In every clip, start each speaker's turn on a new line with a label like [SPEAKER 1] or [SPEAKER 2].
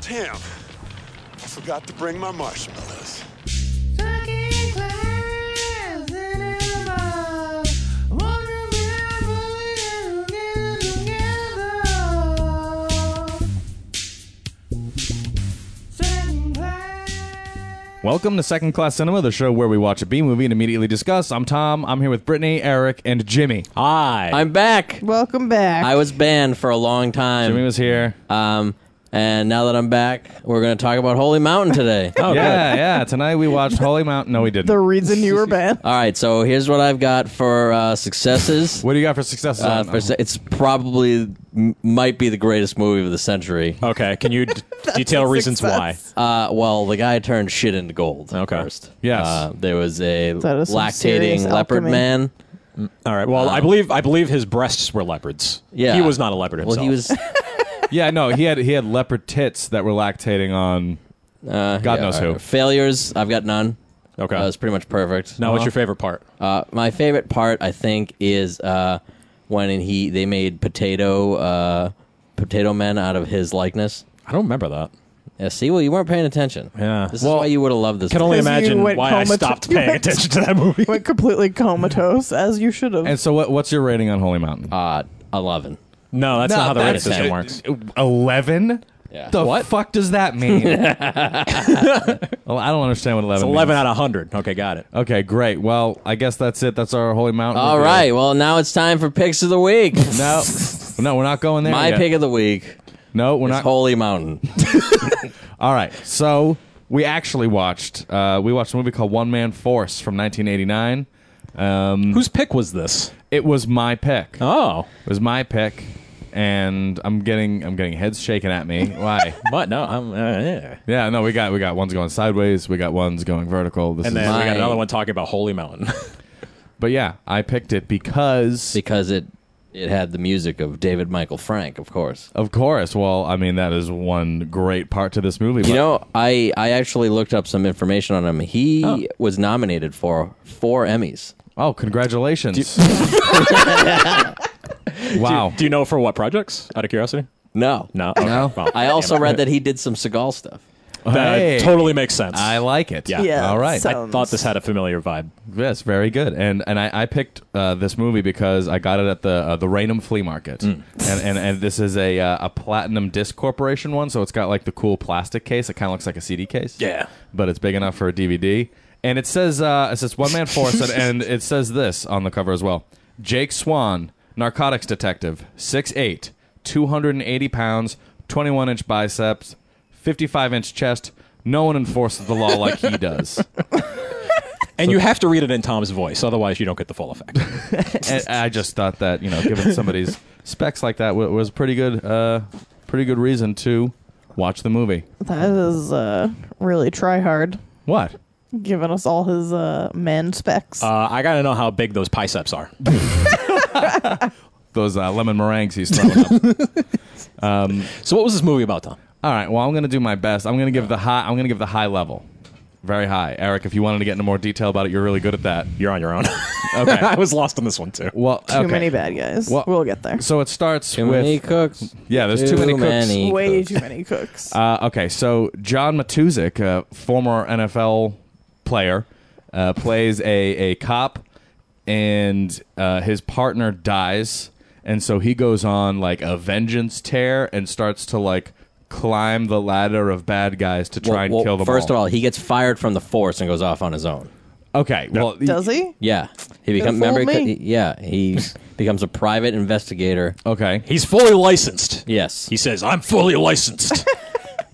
[SPEAKER 1] Damn, I forgot to bring my marshmallows.
[SPEAKER 2] Fucking class in a ball. Walking around, putting it together. Second class.
[SPEAKER 3] Welcome to Second Class Cinema, the show where we watch a B movie and immediately discuss. I'm Tom. I'm here with Brittany, Eric, and Jimmy.
[SPEAKER 4] Hi.
[SPEAKER 5] I'm back.
[SPEAKER 6] Welcome back.
[SPEAKER 5] I was banned for a long time.
[SPEAKER 3] Jimmy was here.
[SPEAKER 5] um, and now that I'm back, we're going to talk about Holy Mountain today.
[SPEAKER 4] oh,
[SPEAKER 3] yeah, yeah. Tonight we watched Holy Mountain. No, we didn't.
[SPEAKER 6] the reason you were banned.
[SPEAKER 5] All right, so here's what I've got for uh, successes.
[SPEAKER 3] what do you got for successes?
[SPEAKER 5] Uh,
[SPEAKER 3] on-
[SPEAKER 5] for, se- it's probably m- might be the greatest movie of the century.
[SPEAKER 4] good. Okay. Can you d- detail reasons why?
[SPEAKER 6] success.
[SPEAKER 5] Uh, well, the guy turned shit into gold.
[SPEAKER 4] Okay.
[SPEAKER 5] First,
[SPEAKER 3] Yes.
[SPEAKER 5] uh, there was a
[SPEAKER 6] That is some serious
[SPEAKER 5] lactating leopard
[SPEAKER 6] alchemy.
[SPEAKER 5] man.
[SPEAKER 4] All right. Well, I believe I believe his breasts were leopards.
[SPEAKER 5] Yeah.
[SPEAKER 4] He was not a leopard himself.
[SPEAKER 5] Well, he was. uh,
[SPEAKER 3] yeah, no, he had he had leopard tits that were lactating on.
[SPEAKER 5] Uh,
[SPEAKER 3] God
[SPEAKER 5] yeah,
[SPEAKER 3] knows
[SPEAKER 5] all
[SPEAKER 3] who.
[SPEAKER 5] right. Failures. I've got none.
[SPEAKER 4] Okay.
[SPEAKER 5] Uh, it's pretty much perfect.
[SPEAKER 4] now, what's your favorite part?
[SPEAKER 5] Uh, my favorite part, I think, is uh, when he they made potato uh, potato men out of his likeness.
[SPEAKER 4] I don't remember that.
[SPEAKER 5] Yeah, see, well, you weren't paying attention.
[SPEAKER 4] Yeah.
[SPEAKER 5] this
[SPEAKER 4] Well,
[SPEAKER 5] is why you would have loved this.
[SPEAKER 4] Can only
[SPEAKER 6] Because you
[SPEAKER 4] imagine
[SPEAKER 6] went
[SPEAKER 4] why I
[SPEAKER 6] comatose-
[SPEAKER 4] stopped
[SPEAKER 6] you
[SPEAKER 4] paying
[SPEAKER 6] went-
[SPEAKER 4] attention to that movie.
[SPEAKER 6] Went completely comatose, as you should have.
[SPEAKER 3] And so, what, what's your rating on Holy Mountain?
[SPEAKER 5] uh, eleven.
[SPEAKER 4] No, that's not how the
[SPEAKER 3] that's-
[SPEAKER 4] rating system works.
[SPEAKER 3] Eleven.
[SPEAKER 5] Yeah.
[SPEAKER 3] The fuck does that mean? well, I don't understand what eleven.
[SPEAKER 4] Eleven
[SPEAKER 3] means.
[SPEAKER 4] out of hundred. Okay, got it.
[SPEAKER 3] Okay, great. Well, I guess that's it. That's our Holy Mountain.
[SPEAKER 5] All
[SPEAKER 3] review.
[SPEAKER 5] right, well, now it's time for picks of the week.
[SPEAKER 3] No, no, we're not going there.
[SPEAKER 5] my
[SPEAKER 3] yet.
[SPEAKER 5] pick of the week
[SPEAKER 3] No, we're
[SPEAKER 5] is
[SPEAKER 3] not.
[SPEAKER 5] Holy Mountain.
[SPEAKER 3] All right. So we actually watched uh, we watched a movie called One Man Force from 1989. Um,
[SPEAKER 4] Whose pick was this?
[SPEAKER 3] it was my pick.
[SPEAKER 4] Oh,
[SPEAKER 3] It was my pick, and I'm getting I'm getting heads shaken at me. Why?
[SPEAKER 4] but no, I'm. Uh, yeah.
[SPEAKER 3] yeah. No, we got we got ones going sideways. We got ones going vertical. This
[SPEAKER 4] And
[SPEAKER 3] is,
[SPEAKER 4] then we
[SPEAKER 5] My-
[SPEAKER 4] got another one talking about Holy Mountain.
[SPEAKER 3] but yeah, I picked it because.
[SPEAKER 5] because it it had the music of David Michael Frank, of course.
[SPEAKER 3] of course. Well, I mean that is one great part to this movie.
[SPEAKER 5] You
[SPEAKER 3] but-
[SPEAKER 5] know, I I actually looked up some information on him. He was nominated for four Emmys.
[SPEAKER 3] Oh, congratulations! wow.
[SPEAKER 4] Do you know for what projects? Out of curiosity.
[SPEAKER 5] No,
[SPEAKER 4] No. Okay.
[SPEAKER 5] no.
[SPEAKER 4] Well,
[SPEAKER 5] I also
[SPEAKER 4] damn it.
[SPEAKER 5] read that he did some Seagal stuff.
[SPEAKER 4] That
[SPEAKER 3] Hey.
[SPEAKER 4] totally makes sense.
[SPEAKER 3] I like it.
[SPEAKER 4] Yeah.
[SPEAKER 6] yeah,
[SPEAKER 3] All right.
[SPEAKER 4] I thought this had a familiar vibe.
[SPEAKER 3] Yes, very good. And and I, I picked uh, this movie because I got it at the uh, the Raynham flea market, and, and and this is a uh, a platinum disc corporation one, so it's got like the cool plastic case. It kind of looks like a CD case.
[SPEAKER 4] Yeah.
[SPEAKER 3] but it's big enough for a DVD. And it says uh, it says one man force, and, and it says this on the cover as well: Jake Swan, narcotics detective, 6'8", 280 pounds, twenty one inch biceps, fifty five inch chest. No one enforces the law like he does.
[SPEAKER 4] And you have to read it in Tom's voice, otherwise you don't get the full effect.
[SPEAKER 3] and I just thought that you know, given somebody's specs like that, wa- was a pretty good, uh, pretty good reason to watch the movie.
[SPEAKER 6] that is uh, really try hard,
[SPEAKER 3] What?
[SPEAKER 6] giving us all his uh, man specs.
[SPEAKER 4] Uh, I gotta know how big those biceps are.
[SPEAKER 3] Those uh, lemon meringues he's throwing up.
[SPEAKER 4] So what was this movie about, Tom?
[SPEAKER 3] All right. Well, I'm gonna do my best. I'm gonna give the high. I'm gonna give the high level, very high. Eric, if you wanted to get into more detail about it, you're really good at that.
[SPEAKER 4] You're on your own.
[SPEAKER 3] Okay.
[SPEAKER 4] I was lost on this one too.
[SPEAKER 3] Well,
[SPEAKER 6] Too
[SPEAKER 3] okay.
[SPEAKER 6] many bad guys.
[SPEAKER 3] Well-
[SPEAKER 6] we'll get there.
[SPEAKER 3] So it starts
[SPEAKER 5] Too
[SPEAKER 3] with
[SPEAKER 5] many cooks.
[SPEAKER 3] yeah. There's too, many cooks.
[SPEAKER 5] many
[SPEAKER 6] Way
[SPEAKER 5] cooks.
[SPEAKER 6] too many cooks.
[SPEAKER 3] Uh, okay, so John Matuzik, a former NFL player, uh, plays a, a cop, and uh, his partner dies, and so he goes on like a vengeance tear and starts to like climb the ladder of bad guys to try
[SPEAKER 5] Well,
[SPEAKER 3] and
[SPEAKER 5] well,
[SPEAKER 3] kill them.
[SPEAKER 5] First of all, he gets fired from the force and goes off on his own.
[SPEAKER 3] all, okay, well,
[SPEAKER 6] Does he?
[SPEAKER 5] Yeah, he becomes.
[SPEAKER 6] fooled
[SPEAKER 5] Remember, he-
[SPEAKER 6] me.
[SPEAKER 5] he- yeah, he becomes a private investigator.
[SPEAKER 3] Okay,
[SPEAKER 4] He's fully licensed.
[SPEAKER 5] Yes,
[SPEAKER 4] He says, "I'm fully licensed."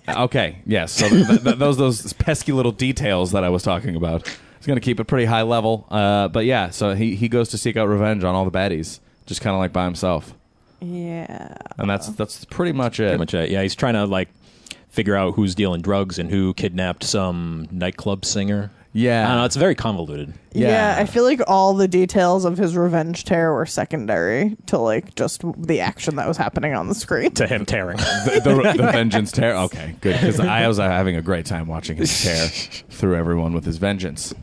[SPEAKER 3] okay, yes. So th- th- those those pesky little details that I was talking about. He's gonna keep it pretty high level, uh, but yeah. So he he goes to seek out revenge on all the baddies, just kind of like by himself.
[SPEAKER 6] Yeah.
[SPEAKER 3] and that's that's Uh-huh. pretty much it.
[SPEAKER 4] Pretty much it. Yeah, he's trying to like figure out who's dealing drugs and who kidnapped some nightclub singer.
[SPEAKER 3] Yeah.
[SPEAKER 4] I don't know. It's very convoluted.
[SPEAKER 6] Yeah. I feel like all the details of his revenge tear were secondary to like just the action that was happening on the screen.
[SPEAKER 4] To him tearing.
[SPEAKER 3] the, the, the vengeance tear. Okay, good because I was uh, having a great time watching him tear through everyone with his vengeance.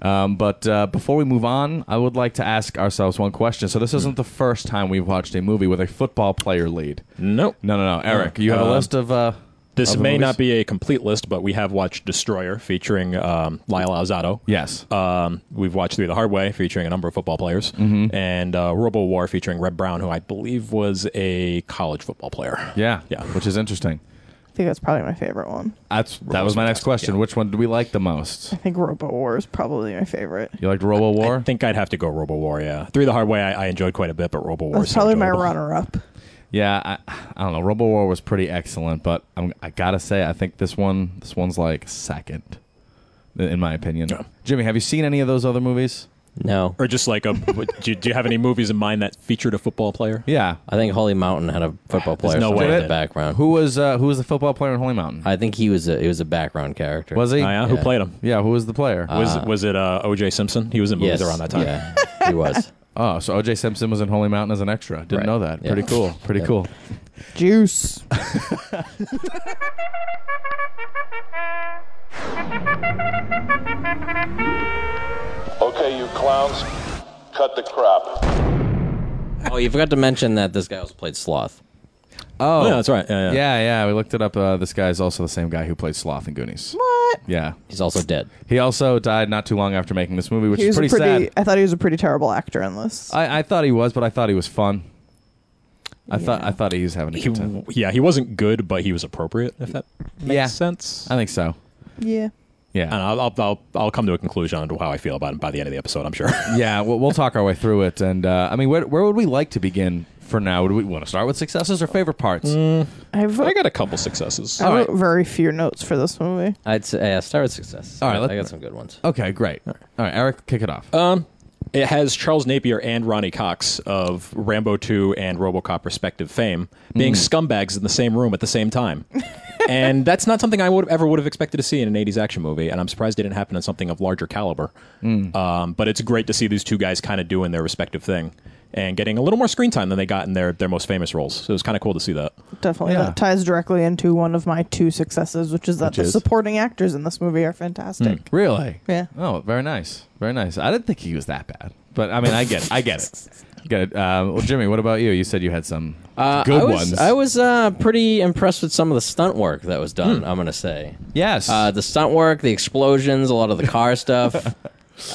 [SPEAKER 3] Um, but uh, before we move on, I would like to ask ourselves one question. So this isn't the first time we've watched a movie with a football player lead.
[SPEAKER 4] nope.
[SPEAKER 3] No, no, no, Eric, you have a
[SPEAKER 4] Uh,
[SPEAKER 3] list of uh,
[SPEAKER 4] This
[SPEAKER 3] of the
[SPEAKER 4] may
[SPEAKER 3] movies?
[SPEAKER 4] not be a complete list, but we have watched Destroyer featuring um, Lyle Alzado.
[SPEAKER 3] Yes.
[SPEAKER 4] Um, we've watched Through the Hard Way featuring a number of football players, mm-hmm. and uh, Robo War featuring Red Brown, who I believe was a college football player.
[SPEAKER 3] yeah.
[SPEAKER 4] Yeah.
[SPEAKER 3] Which is interesting.
[SPEAKER 6] I think that's probably my favorite one.
[SPEAKER 3] That's that was my next question. Which one did we like the most?
[SPEAKER 6] I think Robo War is probably my favorite.
[SPEAKER 3] You liked Robo War?
[SPEAKER 4] I think I'd have to go Robo War. Yeah, Through the Hard Way I, I enjoyed quite a bit, but Robo War
[SPEAKER 6] That's
[SPEAKER 4] is
[SPEAKER 6] probably my
[SPEAKER 4] enjoyable.
[SPEAKER 6] runner up.
[SPEAKER 3] yeah, I, I don't know. Robo War was pretty excellent, but I'm, I gotta say, I think this one this one's like second, in my opinion.
[SPEAKER 4] Yeah.
[SPEAKER 3] Jimmy, have you seen any of those other movies?
[SPEAKER 5] No,
[SPEAKER 4] Or just like a, what- do, you, do you have any movies in mind that featured a football player?
[SPEAKER 3] Yeah.
[SPEAKER 5] I think Holy Mountain had a football player
[SPEAKER 4] no
[SPEAKER 5] somewhere
[SPEAKER 4] way.
[SPEAKER 5] in the background.
[SPEAKER 3] Who was uh, who was the football player in Holy Mountain?
[SPEAKER 5] I think he was a it was a background character.
[SPEAKER 3] was he?
[SPEAKER 4] Oh, yeah? Who played him?
[SPEAKER 3] Yeah, who was the player?
[SPEAKER 4] Was was it uh, O.J. Simpson? He was in movies
[SPEAKER 5] Yes,
[SPEAKER 4] around that time.
[SPEAKER 5] Yeah, he was.
[SPEAKER 3] oh, so OJ Simpson was in Holy Mountain as an extra. Didn't
[SPEAKER 5] Right.
[SPEAKER 3] know that.
[SPEAKER 5] Yeah.
[SPEAKER 3] Pretty cool. Pretty
[SPEAKER 5] Yeah.
[SPEAKER 3] cool.
[SPEAKER 6] Juice.
[SPEAKER 7] Okay, you clowns, cut the crap.
[SPEAKER 5] Oh, you forgot to mention that this guy also played Sloth.
[SPEAKER 3] Oh,
[SPEAKER 4] Yeah, that's right. Yeah, yeah.
[SPEAKER 3] Yeah, yeah. We looked it up. Uh, this guy is also the same guy who played Sloth in Goonies.
[SPEAKER 6] What?
[SPEAKER 3] Yeah.
[SPEAKER 5] He's also dead.
[SPEAKER 3] He also died not too long after making this movie, which
[SPEAKER 6] He
[SPEAKER 3] is
[SPEAKER 6] was a
[SPEAKER 3] pretty,
[SPEAKER 6] pretty.
[SPEAKER 3] sad.
[SPEAKER 6] I thought he was a pretty terrible actor in this.
[SPEAKER 3] I, I thought he was, but I thought he was fun. I thought I thought he was having a
[SPEAKER 4] He,
[SPEAKER 3] good time.
[SPEAKER 4] yeah, he wasn't good, but he was appropriate. If that makes
[SPEAKER 3] Yeah.
[SPEAKER 4] sense.
[SPEAKER 3] I think so.
[SPEAKER 6] yeah.
[SPEAKER 3] Yeah.
[SPEAKER 4] And I'll, I'll, I'll, I'll come to a conclusion on how I feel about him by the end of the episode, I'm sure.
[SPEAKER 3] Yeah, we'll, we'll talk our way through it. And uh, I mean, where, where would we like to begin for now? Would we want to start with successes or favorite parts?
[SPEAKER 5] Mm.
[SPEAKER 6] I've
[SPEAKER 4] I got a couple successes.
[SPEAKER 6] I wrote
[SPEAKER 3] right.
[SPEAKER 6] very few notes for this movie.
[SPEAKER 5] I'd say yeah, start with success.
[SPEAKER 3] All right,
[SPEAKER 5] I,
[SPEAKER 3] let's-
[SPEAKER 5] got some good ones.
[SPEAKER 3] Okay, great. All right, Eric, kick it off.
[SPEAKER 5] Uh,
[SPEAKER 4] It has Charles Napier and Ronnie Cox of Rambo 2 and RoboCop respective fame being scumbags in the same room at the same time. and that's not something I would ever would have expected to see in an 80s action movie, and I'm surprised it didn't happen in something of larger caliber. Um, but it's great to see these two guys kind of doing their respective thing and getting a little more screen time than they got in their, their most famous roles. So it was kind of cool to see that.
[SPEAKER 6] Definitely,
[SPEAKER 3] Yeah.
[SPEAKER 6] that ties directly into one of my two successes, which is that the
[SPEAKER 3] is? Hmm.
[SPEAKER 6] supporting actors in this movie are fantastic.
[SPEAKER 3] really?
[SPEAKER 6] Yeah.
[SPEAKER 3] Oh, very nice. Very nice. I didn't think he was that bad, but I mean, I get it. I get it. Get it. Um, well, Jimmy, what about you? You said you had some
[SPEAKER 5] Uh,
[SPEAKER 3] good
[SPEAKER 5] I was,
[SPEAKER 3] ones.
[SPEAKER 5] I was uh, pretty impressed with some of the stunt work that was
[SPEAKER 3] Hmm.
[SPEAKER 5] done. I'm gonna say
[SPEAKER 3] yes.
[SPEAKER 5] uh, the stunt work, the explosions, a lot of the car stuff. uh,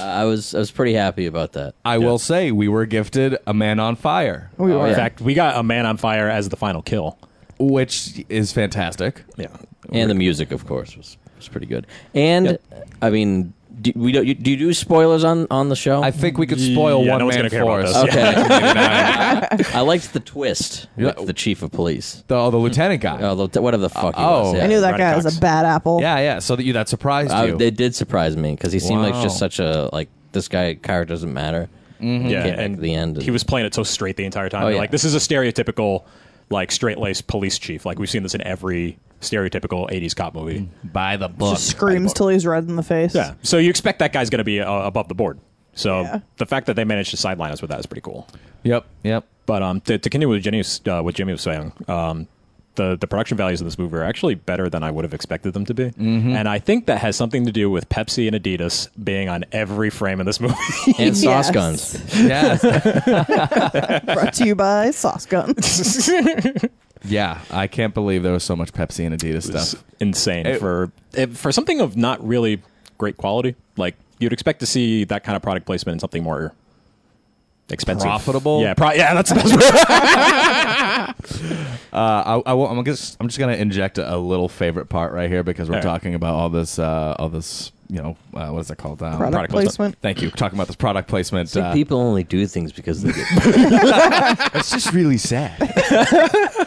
[SPEAKER 5] I was I was pretty happy about that.
[SPEAKER 3] I will say we were gifted a man on fire,
[SPEAKER 5] Oh,
[SPEAKER 6] We were.
[SPEAKER 4] In fact, we got a man on fire as the final kill.
[SPEAKER 3] which is fantastic.
[SPEAKER 4] Yeah.
[SPEAKER 5] and the music, of course, was, was pretty good. And I mean, do, we don't. You, do you do spoilers on on the show?
[SPEAKER 3] I think we could spoil Oh,
[SPEAKER 4] Yeah,
[SPEAKER 3] one
[SPEAKER 4] no one's
[SPEAKER 3] man
[SPEAKER 4] gonna care about
[SPEAKER 3] for us.
[SPEAKER 4] this.
[SPEAKER 5] okay. I liked the twist with the chief of police.
[SPEAKER 3] The, oh, the lieutenant guy.
[SPEAKER 5] Oh, the, whatever the fuck he
[SPEAKER 3] Oh.
[SPEAKER 5] was. Yeah.
[SPEAKER 6] I knew that
[SPEAKER 4] Ronnie
[SPEAKER 6] guy was
[SPEAKER 4] Cox.
[SPEAKER 6] a bad apple.
[SPEAKER 3] Yeah, yeah. So that you that surprised
[SPEAKER 5] I,
[SPEAKER 3] you.
[SPEAKER 5] they did surprise me because he seemed like
[SPEAKER 3] Wow. Mm-hmm.
[SPEAKER 5] just such a like this guy character doesn't matter.
[SPEAKER 4] yeah,
[SPEAKER 5] Came back at the end and-
[SPEAKER 4] he was playing it so straight the entire time.
[SPEAKER 5] Oh,
[SPEAKER 4] They're
[SPEAKER 5] yeah.
[SPEAKER 4] Like this is a stereotypical, like straight laced police chief. Like we've seen this in every stereotypical '80s cop movie.
[SPEAKER 3] By the book.
[SPEAKER 6] Just screams till he's red in the face.
[SPEAKER 4] Yeah, so you expect that guy's going to be uh, above the board. So
[SPEAKER 6] Yeah.
[SPEAKER 4] the fact that they managed to sideline us with that is pretty cool.
[SPEAKER 3] Yep, yep.
[SPEAKER 4] But um, to, to continue with Jenny, uh, what Jimmy was saying, um, the the production values of this movie are actually better than I would have expected them to be,
[SPEAKER 5] Mm-hmm.
[SPEAKER 4] and I think that has something to do with Pepsi and Adidas being on every frame in this movie.
[SPEAKER 5] and sauce
[SPEAKER 6] Yes.
[SPEAKER 5] guns.
[SPEAKER 3] Yeah,
[SPEAKER 6] Brought to you by Sauce Gun.
[SPEAKER 3] yeah. I can't believe there was so much Pepsi and Adidas
[SPEAKER 4] It's
[SPEAKER 3] stuff.
[SPEAKER 4] insane
[SPEAKER 3] It-
[SPEAKER 4] for it, for something of not really great quality. Like you'd expect to see that kind of product placement in something more expensive,
[SPEAKER 3] Profitable?
[SPEAKER 4] Yeah, pro- yeah, that's the best. word.
[SPEAKER 3] I, I will, I'm just I'm just gonna inject a, a little favorite part right here because we're
[SPEAKER 4] All right.
[SPEAKER 3] talking about all this uh, all this you know uh, what is it called um,
[SPEAKER 6] Product,
[SPEAKER 4] Product
[SPEAKER 6] placement.
[SPEAKER 3] Thank you. Talking about this product placement.
[SPEAKER 5] See,
[SPEAKER 3] uh,
[SPEAKER 5] people only do things because they get
[SPEAKER 3] It's just really sad.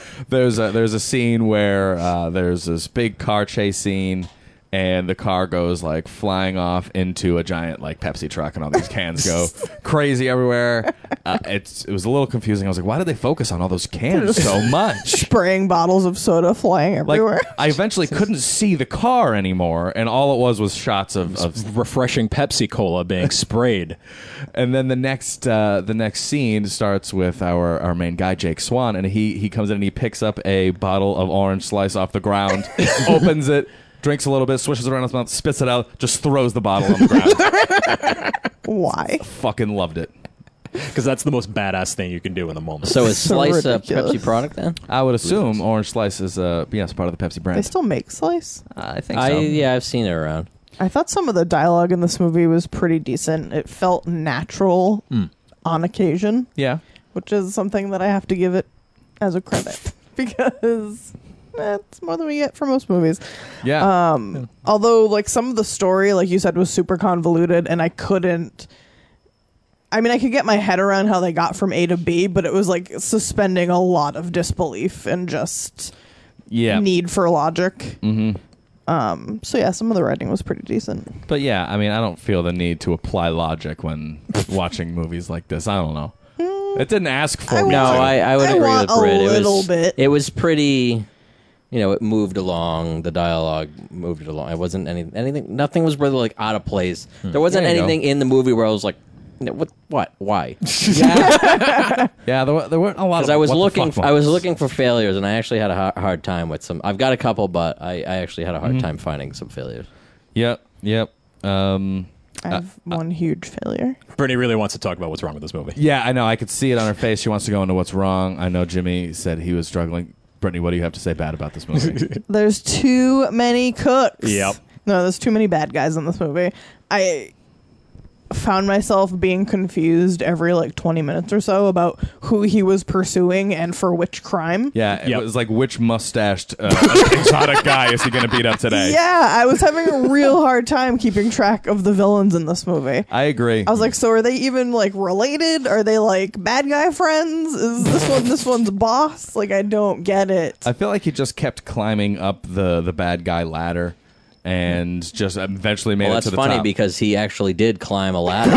[SPEAKER 3] there's a there's a scene where uh, there's this big car chase scene, and the car goes like flying off into a giant like Pepsi truck, and all these cans go crazy everywhere. Uh, it's it was a little confusing. I was like, why did they focus on all those cans so much?
[SPEAKER 6] Spraying bottles of soda flying
[SPEAKER 3] Like
[SPEAKER 6] everywhere.
[SPEAKER 3] I eventually couldn't see the car anymore, and all it was was shots of, of
[SPEAKER 4] Refreshing Pepsi Cola being sprayed.
[SPEAKER 3] And then the next uh, the next scene starts with our, our main guy Jake Swan, and he he comes in and he picks up a bottle of orange slice off the ground, opens it, drinks a little bit, swishes it around his mouth, spits it out, just throws the bottle on the ground.
[SPEAKER 6] Why?
[SPEAKER 3] Fucking loved it.
[SPEAKER 4] because that's the most badass thing you can do in the moment.
[SPEAKER 5] So is
[SPEAKER 6] So
[SPEAKER 5] Slice a
[SPEAKER 6] ridiculous.
[SPEAKER 5] Pepsi product then?
[SPEAKER 3] I would assume Orange Slice is uh yes part of the Pepsi brand.
[SPEAKER 6] They still make slice.
[SPEAKER 3] I think
[SPEAKER 5] I yeah, I've seen it around.
[SPEAKER 6] I thought some of the dialogue in this movie was pretty decent. It felt natural
[SPEAKER 3] Hmm.
[SPEAKER 6] on occasion,
[SPEAKER 3] Yeah.
[SPEAKER 6] which is something that I have to give it as a credit because that's more than we get for most movies.
[SPEAKER 3] Yeah.
[SPEAKER 6] Um, although like some of the story, like you said, was super convoluted, and I couldn't. I mean, I could get my head around how they got from A to B, but it was like suspending a lot of disbelief and just
[SPEAKER 3] yeah.
[SPEAKER 6] need for logic.
[SPEAKER 3] hmm
[SPEAKER 6] Um, so yeah, some of the writing was pretty decent.
[SPEAKER 3] But yeah, I mean, I don't feel the need to apply logic when watching movies like this. I don't know. It didn't ask for
[SPEAKER 6] Mm. I
[SPEAKER 3] me.
[SPEAKER 6] would-
[SPEAKER 5] No,
[SPEAKER 3] to.
[SPEAKER 5] I, I would
[SPEAKER 6] I
[SPEAKER 5] agree
[SPEAKER 6] want
[SPEAKER 5] with Brit.
[SPEAKER 6] a
[SPEAKER 5] it
[SPEAKER 6] little
[SPEAKER 5] was,
[SPEAKER 6] bit.
[SPEAKER 5] It was pretty. You know, it moved along. The dialogue moved it along. It wasn't any anything. Nothing was really like out of place. There wasn't
[SPEAKER 3] There you go.
[SPEAKER 5] anything in the movie where I was like, "No, "What? What? Why?"
[SPEAKER 3] yeah, there, were, there weren't a lot.
[SPEAKER 5] Because
[SPEAKER 3] Of
[SPEAKER 5] I was
[SPEAKER 3] what the
[SPEAKER 5] looking,
[SPEAKER 3] fuck
[SPEAKER 5] I was
[SPEAKER 3] moments.
[SPEAKER 5] looking for failures, and I actually had a hard, hard time with some. I've got a couple, but I, I actually had a hard time finding some failures.
[SPEAKER 3] Yep. Yep. Um,
[SPEAKER 6] I have one huge failure.
[SPEAKER 4] Brittany really wants to talk about what's wrong with this movie.
[SPEAKER 3] yeah, I know. I could see it on her face. She wants to go into what's wrong. I know. Jimmy said he was struggling. Brittany, what do you have to say bad about this movie?
[SPEAKER 6] There's too many cooks.
[SPEAKER 4] Yep.
[SPEAKER 6] No, there's too many bad guys in this movie. I found myself being confused every like 20 minutes or so about who he was pursuing and for which crime.
[SPEAKER 3] yeah, it
[SPEAKER 4] Yep.
[SPEAKER 3] was like which mustached uh, exotic guy is he going to beat up today?
[SPEAKER 6] Yeah, I was having a real hard time keeping track of the villains in this movie.
[SPEAKER 3] I agree.
[SPEAKER 6] I was like, so are they even like related? Are they like bad guy friends? Is this one this one's boss? Like I don't get it.
[SPEAKER 3] I feel like he just kept climbing up the the bad guy ladder, and just eventually made
[SPEAKER 5] Well,
[SPEAKER 3] it
[SPEAKER 5] that's
[SPEAKER 3] to the
[SPEAKER 5] funny
[SPEAKER 3] top.
[SPEAKER 5] because he actually did climb a ladder.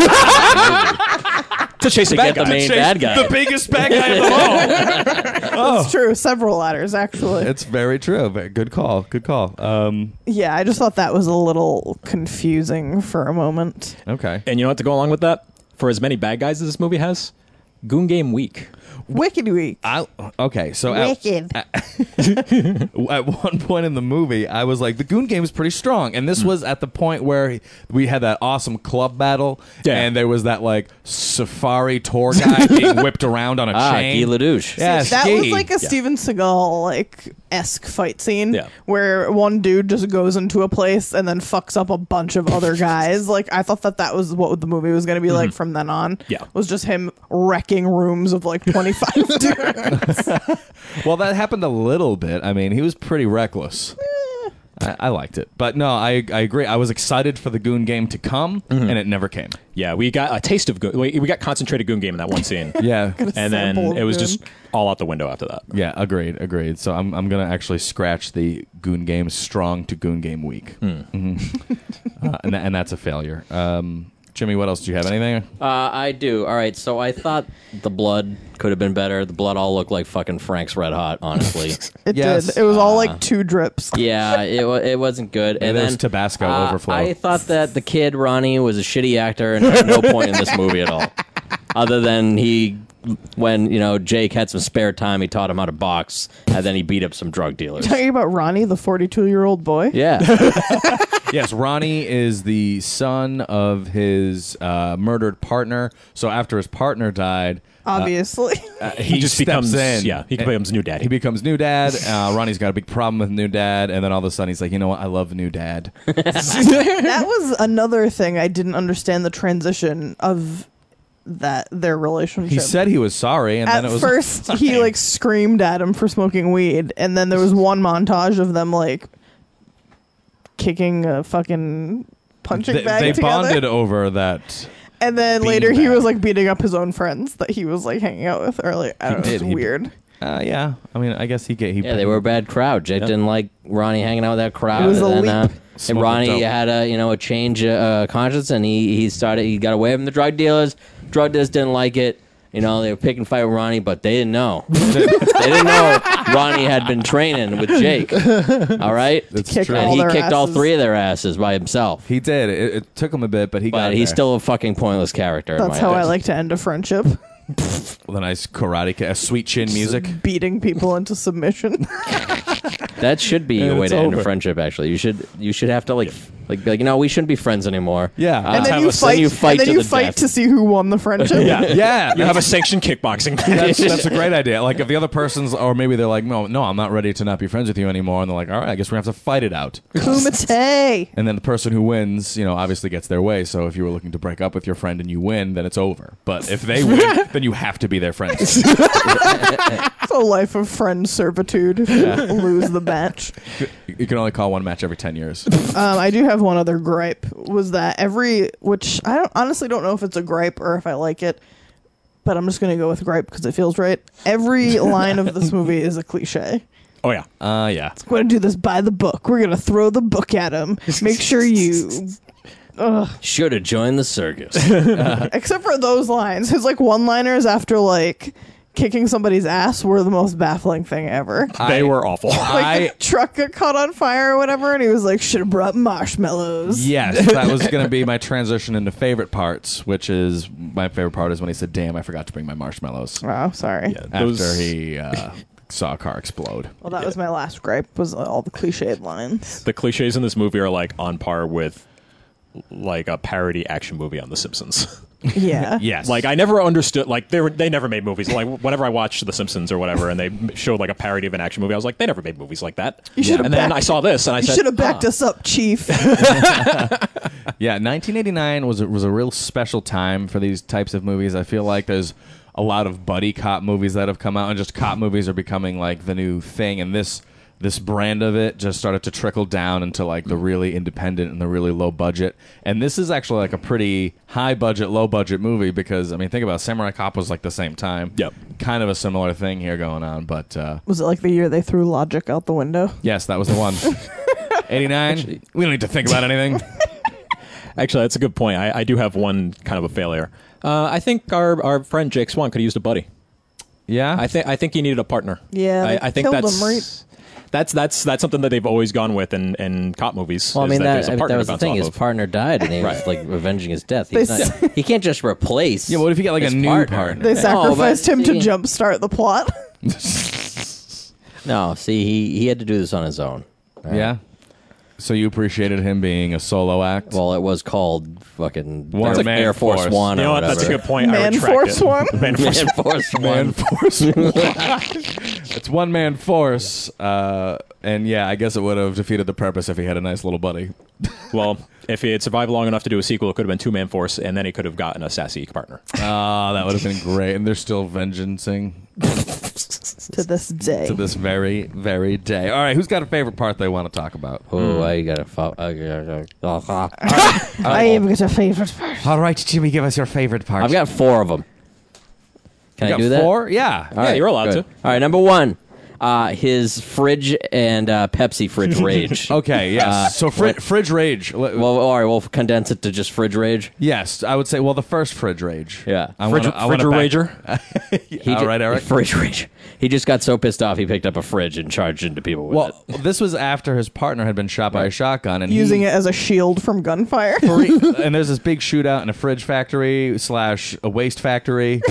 [SPEAKER 4] To chase a
[SPEAKER 5] Back
[SPEAKER 4] bad guy.
[SPEAKER 5] the main
[SPEAKER 3] Chase
[SPEAKER 5] bad guy.
[SPEAKER 3] The biggest bad guy of them all.
[SPEAKER 6] It's true, several ladders actually.
[SPEAKER 3] It's very true. Very- Good call. Good call. Um,
[SPEAKER 6] Yeah, I just thought that was a little confusing for a moment.
[SPEAKER 3] okay.
[SPEAKER 4] And you know what to go along with that? For as many bad guys as this movie has, Goon Game Week.
[SPEAKER 6] Wicked Week.
[SPEAKER 3] I okay. So at, at one point in the movie, I was like, the Goon game is pretty strong, and this was at the point where he- we had that awesome club battle,
[SPEAKER 4] Yeah.
[SPEAKER 3] and there was that like safari tour guy being whipped around on a
[SPEAKER 5] ah,
[SPEAKER 3] chain.
[SPEAKER 5] Guy Ledouche.
[SPEAKER 3] Yeah,
[SPEAKER 6] that
[SPEAKER 3] ski.
[SPEAKER 6] was like a Steven Seagal like esque fight scene
[SPEAKER 4] Yeah.
[SPEAKER 6] where one dude just goes into a place and then fucks up a bunch of other guys. Like I thought that that was what the movie was going to be like from then on.
[SPEAKER 4] Yeah.
[SPEAKER 6] was just him wrecking rooms of like twenty five dudes.
[SPEAKER 3] Well, that happened a little bit. I mean, he was pretty reckless.
[SPEAKER 6] Eh.
[SPEAKER 3] I, I liked it, but no, I I agree. I was excited for the Goon game to come, and it never came.
[SPEAKER 4] Yeah, we got a taste of Goon. We we got concentrated Goon Game in that one scene.
[SPEAKER 3] Yeah.
[SPEAKER 4] And then
[SPEAKER 6] Sample of
[SPEAKER 4] it was
[SPEAKER 6] Goon.
[SPEAKER 4] just all out the window after that.
[SPEAKER 3] Yeah, agreed, agreed. So I'm I'm gonna actually scratch the Goon Game strong to Goon Game weak,
[SPEAKER 5] Hmm.
[SPEAKER 3] Mhm. uh, and tha- and that's a failure. Um, Jimmy, what else do you have? Anything?
[SPEAKER 5] Uh, I do. All right. So I thought the blood could have been better. The blood all looked like fucking Frank's Red Hot. Honestly.
[SPEAKER 6] it
[SPEAKER 3] Yes.
[SPEAKER 6] did. It was all like two drips.
[SPEAKER 5] yeah, it wa- it wasn't good.
[SPEAKER 3] Maybe
[SPEAKER 5] and
[SPEAKER 3] there
[SPEAKER 5] then
[SPEAKER 3] was Tabasco
[SPEAKER 5] uh,
[SPEAKER 3] overflow.
[SPEAKER 5] I thought that the kid Ronnie was a shitty actor and had no point in this movie at all, other than he. When you know Jake had some spare time, he taught him how to box, and then he beat up some drug dealers.
[SPEAKER 6] Talking about Ronnie, the forty two year old boy.
[SPEAKER 5] Yeah,
[SPEAKER 3] yes, Ronnie is the son of his uh, murdered partner. So after his partner died,
[SPEAKER 6] Obviously,
[SPEAKER 3] he,
[SPEAKER 4] just
[SPEAKER 3] steps
[SPEAKER 4] becomes-
[SPEAKER 3] in.
[SPEAKER 4] yeah, he
[SPEAKER 3] and-
[SPEAKER 4] becomes new daddy.
[SPEAKER 3] He becomes new dad. Uh, Ronnie's got a big problem with new dad, and then all of a sudden he's like, you know what? I love new dad.
[SPEAKER 6] that was another thing I didn't understand the transition of that their relationship.
[SPEAKER 3] He said he was sorry, and then it
[SPEAKER 6] at
[SPEAKER 3] was
[SPEAKER 6] first he like screamed at him for smoking weed and then there was one montage of them like kicking a fucking punching
[SPEAKER 3] They,
[SPEAKER 6] bag
[SPEAKER 3] they
[SPEAKER 6] together
[SPEAKER 3] bonded over that.
[SPEAKER 6] and then
[SPEAKER 3] bean
[SPEAKER 6] later he
[SPEAKER 3] bag.
[SPEAKER 6] was like beating up his own friends that he was like hanging out with earlier I don't know,
[SPEAKER 3] did,
[SPEAKER 6] it's
[SPEAKER 3] he did.
[SPEAKER 6] weird
[SPEAKER 3] Uh, yeah, I mean, I guess he get he.
[SPEAKER 5] yeah, they were a bad crowd. Jake didn't like Ronnie hanging out with that crowd.
[SPEAKER 6] It was
[SPEAKER 5] and
[SPEAKER 6] a
[SPEAKER 5] then, uh,
[SPEAKER 6] leap.
[SPEAKER 5] and
[SPEAKER 3] Smoking dope.
[SPEAKER 5] Ronnie had a you know a change of uh, conscience, and he he started he got away from the drug dealers. Drug dealers didn't like it. You know they were picking fight with Ronnie, but they didn't know. they didn't know Ronnie had been training with Jake. All right,
[SPEAKER 6] kick
[SPEAKER 3] true.
[SPEAKER 6] all
[SPEAKER 5] and he
[SPEAKER 6] their
[SPEAKER 5] kicked all
[SPEAKER 6] asses.
[SPEAKER 5] three of their asses by himself.
[SPEAKER 3] He did. It, it took him a bit, but he got
[SPEAKER 5] but he's
[SPEAKER 3] there
[SPEAKER 5] still a fucking pointless character. in
[SPEAKER 6] that's
[SPEAKER 5] my
[SPEAKER 6] how I
[SPEAKER 5] opinion.
[SPEAKER 6] like to end a friendship
[SPEAKER 3] with a nice karate, kick, sweet chin music.
[SPEAKER 6] beating people into submission
[SPEAKER 5] That should be a
[SPEAKER 3] And
[SPEAKER 5] way
[SPEAKER 3] it's
[SPEAKER 5] to end a
[SPEAKER 3] over.
[SPEAKER 5] friendship. Actually, you should you should have to like f- like be like no, we shouldn't be friends anymore.
[SPEAKER 3] Yeah. And
[SPEAKER 6] and
[SPEAKER 5] Uh,
[SPEAKER 6] then you fight. and then
[SPEAKER 5] to
[SPEAKER 6] you
[SPEAKER 5] the
[SPEAKER 6] fight
[SPEAKER 5] death.
[SPEAKER 6] to see who won the friendship.
[SPEAKER 3] Yeah,
[SPEAKER 4] You have a sanctioned kickboxing
[SPEAKER 3] that's, that's a great idea. Like if the other person's, or maybe they're like, no, no, I'm not ready to not be friends with you anymore, and they're like, all right, I guess we're gonna have to fight it out.
[SPEAKER 6] Kumite.
[SPEAKER 3] And then the person who wins, you know, obviously gets their way. So if you were looking to break up with your friend and you win, then it's over. But if they win, then you have to be their friend.
[SPEAKER 6] It's a life of friend servitude. if you Lose the match.
[SPEAKER 3] you can only call one match every ten years.
[SPEAKER 6] Um, I do have one other gripe. Was that every which I don't, honestly don't know if it's a gripe or if I like it, but I'm just gonna go with gripe because it feels right. Every line of this movie is a cliche.
[SPEAKER 4] Oh yeah.
[SPEAKER 3] Uh, yeah.
[SPEAKER 6] We're gonna do this by the book. We're gonna throw the book at him. Make sure you
[SPEAKER 5] Should have joined the circus.
[SPEAKER 6] except for those lines. His like one liners after like kicking somebody's ass were the most baffling thing ever.
[SPEAKER 4] They were awful.
[SPEAKER 6] Like
[SPEAKER 3] I
[SPEAKER 6] the truck got caught on fire or whatever, and he was like, "Should have brought marshmallows."
[SPEAKER 3] yes, that was going to be my transition into favorite parts, which is my favorite part is when he said, "Damn, I forgot to bring my marshmallows."
[SPEAKER 6] Wow, sorry.
[SPEAKER 3] After
[SPEAKER 4] Those-
[SPEAKER 3] he uh, saw a car explode.
[SPEAKER 6] Well, that was my last gripe. Was all the cliched lines.
[SPEAKER 4] the cliches in this movie are like on par with like a parody action movie on The Simpsons.
[SPEAKER 6] Yeah.
[SPEAKER 3] Yes,
[SPEAKER 4] like I never understood. Like they were, they never made movies. Like whenever I watched The Simpsons or whatever, and they m- showed like a parody of an action movie, I was like, they never made movies like that.
[SPEAKER 6] You should've
[SPEAKER 4] And then
[SPEAKER 6] backed-
[SPEAKER 4] I saw this, and I
[SPEAKER 6] You
[SPEAKER 4] said,
[SPEAKER 6] should have backed us up, Chief.
[SPEAKER 3] Yeah, 1989 was a, was a real special time for these types of movies. I feel like there's a lot of buddy cop movies that have come out, and just cop movies are becoming like the new thing. And this this brand of it just started to trickle down into like the really independent and the really low budget. And this is actually like a pretty high budget, low budget movie because I mean, think about it, Samurai Cop was like the same time.
[SPEAKER 4] Yep.
[SPEAKER 3] kind of a similar thing here going on, but uh,
[SPEAKER 6] was it like the year they threw logic out the window?
[SPEAKER 3] yes, that was the one. 89. We don't need to think about anything.
[SPEAKER 4] Actually, that's a good point. I, I do have one kind of a failure. Uh, I think our, our friend Jake Swan could have used a buddy.
[SPEAKER 3] Yeah,
[SPEAKER 4] I think I think he needed a partner.
[SPEAKER 6] Yeah, they
[SPEAKER 4] I, I think
[SPEAKER 6] killed
[SPEAKER 4] that's
[SPEAKER 6] him, right?
[SPEAKER 4] that's that's that's something that they've always gone with in, in cop movies.
[SPEAKER 5] Well, I
[SPEAKER 4] is
[SPEAKER 5] mean
[SPEAKER 4] there's
[SPEAKER 5] that,
[SPEAKER 4] a
[SPEAKER 5] I mean, that
[SPEAKER 4] partner to
[SPEAKER 5] was the
[SPEAKER 4] bounce
[SPEAKER 5] thing.
[SPEAKER 4] off
[SPEAKER 5] His
[SPEAKER 4] of.
[SPEAKER 5] partner died, and he was like revenging his death. He's
[SPEAKER 6] They
[SPEAKER 5] not, he can't just replace.
[SPEAKER 3] Yeah, what if you get, like, a
[SPEAKER 5] his
[SPEAKER 3] new
[SPEAKER 5] partner?
[SPEAKER 3] partner?
[SPEAKER 6] They
[SPEAKER 5] No,
[SPEAKER 6] sacrificed
[SPEAKER 5] Oh, but
[SPEAKER 6] him to
[SPEAKER 5] see-
[SPEAKER 6] jumpstart the plot.
[SPEAKER 5] No, see, he he had to do this on his own.
[SPEAKER 3] Yeah. So you appreciated him being a solo act?
[SPEAKER 5] Well, it was called fucking
[SPEAKER 3] One
[SPEAKER 5] it's like
[SPEAKER 3] man
[SPEAKER 5] Air Force,
[SPEAKER 3] force.
[SPEAKER 5] One.
[SPEAKER 4] You
[SPEAKER 5] or
[SPEAKER 4] know what?
[SPEAKER 5] whatever.
[SPEAKER 4] That's a good point. I
[SPEAKER 6] Man
[SPEAKER 4] retract
[SPEAKER 6] Force
[SPEAKER 4] it.
[SPEAKER 6] One.
[SPEAKER 4] Man Force
[SPEAKER 5] Man Force
[SPEAKER 3] man
[SPEAKER 5] One.
[SPEAKER 3] force. it's one man force. Uh, and yeah, I guess it would have defeated the purpose if he had a nice little buddy.
[SPEAKER 4] Well, if he had survived long enough to do a sequel, it could have been two man force, and then he could have gotten a sassy partner.
[SPEAKER 3] Ah, that would have been great. And they're still vengeancing
[SPEAKER 6] to this day.
[SPEAKER 3] to this very, very day. All right, who's got a favorite part they want to talk about?
[SPEAKER 5] Oh,
[SPEAKER 4] Hmm.
[SPEAKER 5] I gotta fo- I gotta- uh,
[SPEAKER 6] I even got a favorite part.
[SPEAKER 3] All right, Jimmy, give us your favorite part.
[SPEAKER 5] I've got four of them. Can I do that?
[SPEAKER 3] Four? Yeah.
[SPEAKER 5] All
[SPEAKER 4] Yeah, you're allowed
[SPEAKER 5] good.
[SPEAKER 4] to.
[SPEAKER 5] All right, number one, uh, his fridge and uh, Pepsi fridge rage.
[SPEAKER 3] Okay, yes.
[SPEAKER 5] Uh,
[SPEAKER 3] so fri- fridge rage. L-
[SPEAKER 5] Well, all right, we'll condense it to just fridge rage.
[SPEAKER 3] yes, I would say. Well, the first fridge rage.
[SPEAKER 5] Yeah.
[SPEAKER 3] I
[SPEAKER 4] Fridge,
[SPEAKER 3] wanna- I wanna back-
[SPEAKER 4] Rager.
[SPEAKER 5] He
[SPEAKER 3] All
[SPEAKER 5] ju-
[SPEAKER 3] right, Eric.
[SPEAKER 5] Fridge rage. He just got so pissed off he picked up a fridge and charged into people with
[SPEAKER 3] Well,
[SPEAKER 5] it.
[SPEAKER 3] this was after his partner had been shot by a shotgun, and
[SPEAKER 6] Using
[SPEAKER 3] he,
[SPEAKER 6] it as a shield from gunfire.
[SPEAKER 3] and there's this big shootout in a fridge factory slash a waste factory,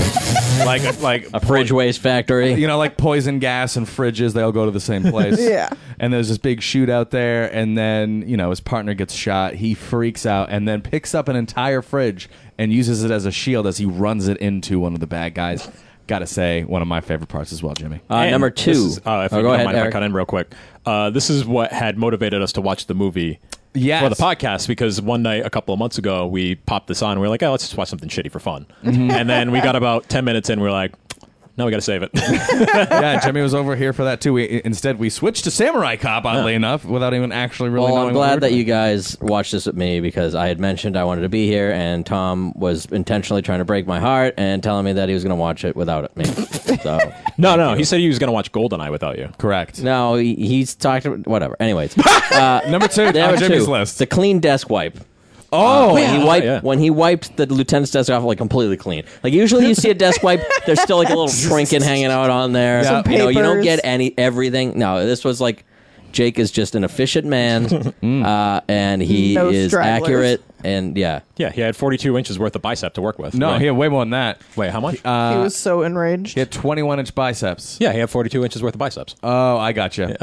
[SPEAKER 3] like like
[SPEAKER 5] A fridge waste factory.
[SPEAKER 3] Uh, you know like poison gas and fridges. They all go to the same place.
[SPEAKER 6] Yeah.
[SPEAKER 3] And there's this big shootout there, and then you know his partner gets shot. He freaks out, and then picks up an entire fridge and uses it as a shield as he runs it into one of the bad guys. Gotta say, one of my favorite parts as well, Jimmy.
[SPEAKER 5] uh, number
[SPEAKER 4] And this
[SPEAKER 5] two.
[SPEAKER 4] is- uh, if
[SPEAKER 5] Oh, go
[SPEAKER 4] you don't
[SPEAKER 5] ahead,
[SPEAKER 4] mind if I
[SPEAKER 5] Eric.
[SPEAKER 4] cut in real quick. Uh, this is what had motivated us to watch the movie
[SPEAKER 3] Yes.
[SPEAKER 4] for the podcast because one night a couple of months ago we popped this on. We were like, oh, let's just watch something shitty for fun.
[SPEAKER 3] Mm-hmm.
[SPEAKER 4] And then we got about ten minutes in. We are like, no, we got to save it.
[SPEAKER 3] yeah, Jimmy was over here for that too. We, instead, we switched to Samurai Cop, oddly enough, without even actually really
[SPEAKER 5] Well,
[SPEAKER 3] knowing.
[SPEAKER 5] Oh,
[SPEAKER 3] what
[SPEAKER 5] I'm
[SPEAKER 3] we were
[SPEAKER 5] glad that
[SPEAKER 3] doing.
[SPEAKER 5] you guys watched this with me because I had mentioned I wanted to be here, and Tom was intentionally trying to break my heart and telling me that he was going to watch it without me. so
[SPEAKER 4] no, no, he said he was going to watch Goldeneye without you.
[SPEAKER 3] Correct.
[SPEAKER 5] no, he, he's talked about whatever. Anyways,
[SPEAKER 3] Number two on
[SPEAKER 5] number
[SPEAKER 3] Jimmy's
[SPEAKER 5] two,
[SPEAKER 3] list.
[SPEAKER 5] the clean desk wipe.
[SPEAKER 3] oh,
[SPEAKER 5] when he wiped
[SPEAKER 4] yeah.
[SPEAKER 5] when he wiped the lieutenant's desk off like completely clean. Like usually you see a desk wipe, there's still like a little trinket hanging out on there.
[SPEAKER 3] Some
[SPEAKER 5] you know, you don't
[SPEAKER 6] papers.
[SPEAKER 5] get any everything. No, this was like Jake is just an efficient man, uh, and he
[SPEAKER 6] No
[SPEAKER 5] is
[SPEAKER 6] stragglers.
[SPEAKER 5] accurate. And yeah,
[SPEAKER 4] Yeah, he had 42 inches worth of bicep to work with.
[SPEAKER 3] No,
[SPEAKER 4] Right.
[SPEAKER 3] he had Uh, way more than that.
[SPEAKER 4] Wait, how much?
[SPEAKER 6] he was so enraged.
[SPEAKER 3] He had 21 inch biceps.
[SPEAKER 4] yeah, he had 42 inches worth of biceps.
[SPEAKER 3] Oh, I gotcha.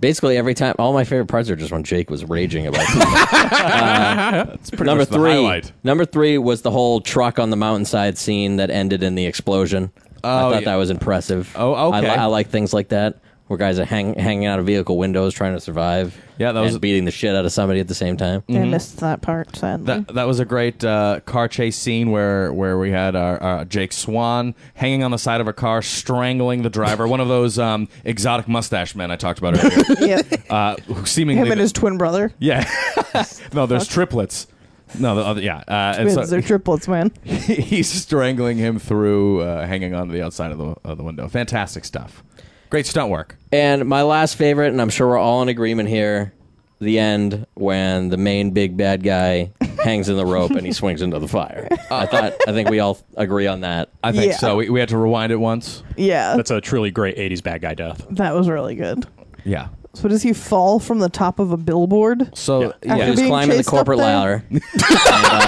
[SPEAKER 5] basically every time, all my favorite parts are just when Jake was raging about. something.
[SPEAKER 3] That's pretty
[SPEAKER 5] number
[SPEAKER 3] much the
[SPEAKER 5] three,
[SPEAKER 3] highlight.
[SPEAKER 5] number three was the whole truck on the mountainside scene that ended in the explosion. I
[SPEAKER 3] Oh,
[SPEAKER 5] thought
[SPEAKER 3] yeah.
[SPEAKER 5] that was impressive.
[SPEAKER 3] Oh,
[SPEAKER 5] I, li-
[SPEAKER 3] okay.
[SPEAKER 5] I like things like that where guys are hang, hanging out of vehicle windows trying to survive.
[SPEAKER 3] Yeah, that was-
[SPEAKER 5] and beating the shit out of somebody at the same time.
[SPEAKER 6] I missed that part, sadly.
[SPEAKER 3] That,
[SPEAKER 5] Hmm.
[SPEAKER 3] that was a great uh, car chase scene where, where we had our, our Jake Swan hanging on the side of a car, strangling the driver, one of those um, exotic mustache men I talked about earlier,
[SPEAKER 6] yeah.
[SPEAKER 3] uh, who seemingly
[SPEAKER 6] Him and his twin brother.
[SPEAKER 3] yeah, no, there's triplets. No, the other, yeah, uh, and
[SPEAKER 6] Twins,
[SPEAKER 3] so
[SPEAKER 6] they're triplets, man.
[SPEAKER 3] he's strangling him through uh, hanging on to the outside of the, of the window. Fantastic stuff. Great stunt work.
[SPEAKER 5] And my last favorite, and I'm sure we're all in agreement here, the end when the main big bad guy hangs in the rope and he swings into the fire.
[SPEAKER 3] Uh,
[SPEAKER 5] I thought I think we all agree on that.
[SPEAKER 3] I think
[SPEAKER 6] Yeah.
[SPEAKER 3] so. We, we had to rewind it once.
[SPEAKER 6] Yeah,
[SPEAKER 4] That's a truly great 80s bad guy death.
[SPEAKER 6] that was really good.
[SPEAKER 3] Yeah.
[SPEAKER 6] So does he fall from the top of a billboard?
[SPEAKER 3] So
[SPEAKER 4] Yeah.
[SPEAKER 3] yeah,
[SPEAKER 5] He
[SPEAKER 6] After
[SPEAKER 5] was
[SPEAKER 6] being
[SPEAKER 5] climbing the
[SPEAKER 6] chased up
[SPEAKER 5] corporate
[SPEAKER 6] there?
[SPEAKER 5] ladder. and,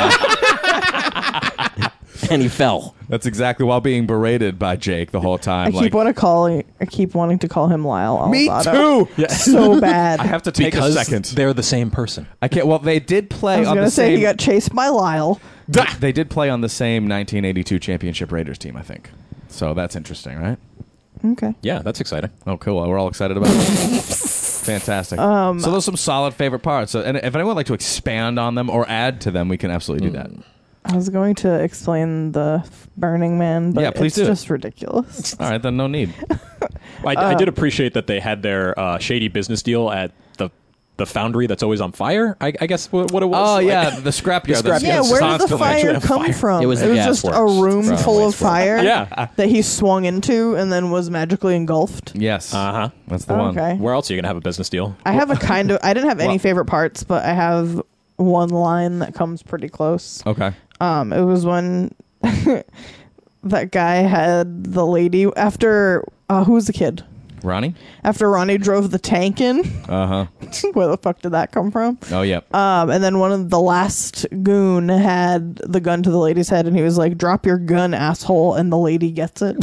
[SPEAKER 5] uh, and he fell.
[SPEAKER 3] that's exactly while being berated by Jake the whole
[SPEAKER 6] I
[SPEAKER 3] time.
[SPEAKER 6] keep
[SPEAKER 3] like,
[SPEAKER 6] wanting to call. I keep wanting to call him Lyle.
[SPEAKER 3] me
[SPEAKER 6] Alvarado.
[SPEAKER 3] too.
[SPEAKER 6] So bad.
[SPEAKER 3] I have to take
[SPEAKER 4] because
[SPEAKER 3] a second.
[SPEAKER 4] they're the same person.
[SPEAKER 3] I can't. Well, they did play
[SPEAKER 6] I was
[SPEAKER 3] on
[SPEAKER 6] gonna
[SPEAKER 3] the
[SPEAKER 6] say
[SPEAKER 3] same.
[SPEAKER 6] he got chased by Lyle.
[SPEAKER 3] th- they did play on the same 1982 championship Raiders team, I think. So that's interesting, right?
[SPEAKER 6] Okay.
[SPEAKER 4] Yeah, that's exciting.
[SPEAKER 3] Oh, cool. We're all excited about it. Fantastic.
[SPEAKER 6] Um,
[SPEAKER 3] so those are some solid favorite parts. So, and if anyone would like to expand on them or add to them, we can absolutely do
[SPEAKER 6] Mm.
[SPEAKER 3] that.
[SPEAKER 6] I was going to explain the f- Burning Man, but
[SPEAKER 3] Yeah, please
[SPEAKER 6] it's
[SPEAKER 3] do it.
[SPEAKER 6] just ridiculous.
[SPEAKER 3] All right, then no need.
[SPEAKER 4] I,
[SPEAKER 3] Uh,
[SPEAKER 4] I did appreciate that they had their uh, shady business deal at the the foundry that's always on fire. I, I guess what, what it was.
[SPEAKER 3] Oh
[SPEAKER 4] Like-
[SPEAKER 3] yeah, the scrapyard.
[SPEAKER 4] The
[SPEAKER 3] that's
[SPEAKER 4] scrapyard. Yeah,
[SPEAKER 6] Yeah,
[SPEAKER 4] it's
[SPEAKER 6] where
[SPEAKER 4] not
[SPEAKER 6] did the
[SPEAKER 4] still actually
[SPEAKER 6] fire
[SPEAKER 4] on
[SPEAKER 6] come
[SPEAKER 4] fire.
[SPEAKER 6] from?
[SPEAKER 5] It was the
[SPEAKER 6] just
[SPEAKER 5] gas
[SPEAKER 6] a
[SPEAKER 5] works
[SPEAKER 6] room
[SPEAKER 5] from
[SPEAKER 6] full of
[SPEAKER 5] Wasteworks.
[SPEAKER 6] fire
[SPEAKER 4] Yeah.
[SPEAKER 6] that he swung into and then was magically engulfed.
[SPEAKER 3] Yes.
[SPEAKER 4] Uh huh.
[SPEAKER 3] That's the one.
[SPEAKER 6] Okay.
[SPEAKER 4] Where else are you gonna have a business deal?
[SPEAKER 6] I have a kind of. I didn't have any
[SPEAKER 3] Well-
[SPEAKER 6] favorite parts, but I have one line that comes pretty close.
[SPEAKER 3] Okay.
[SPEAKER 6] Um, it was when that guy had the lady after uh, who was the kid
[SPEAKER 3] Ronnie?
[SPEAKER 6] after Ronnie drove the tank in.
[SPEAKER 3] Uh-huh.
[SPEAKER 6] Where the fuck did that come from?
[SPEAKER 3] Oh yeah.
[SPEAKER 6] Um, and then one of the last goon had the gun to the lady's head, and he was like, "Drop your gun, asshole!" And the lady gets it.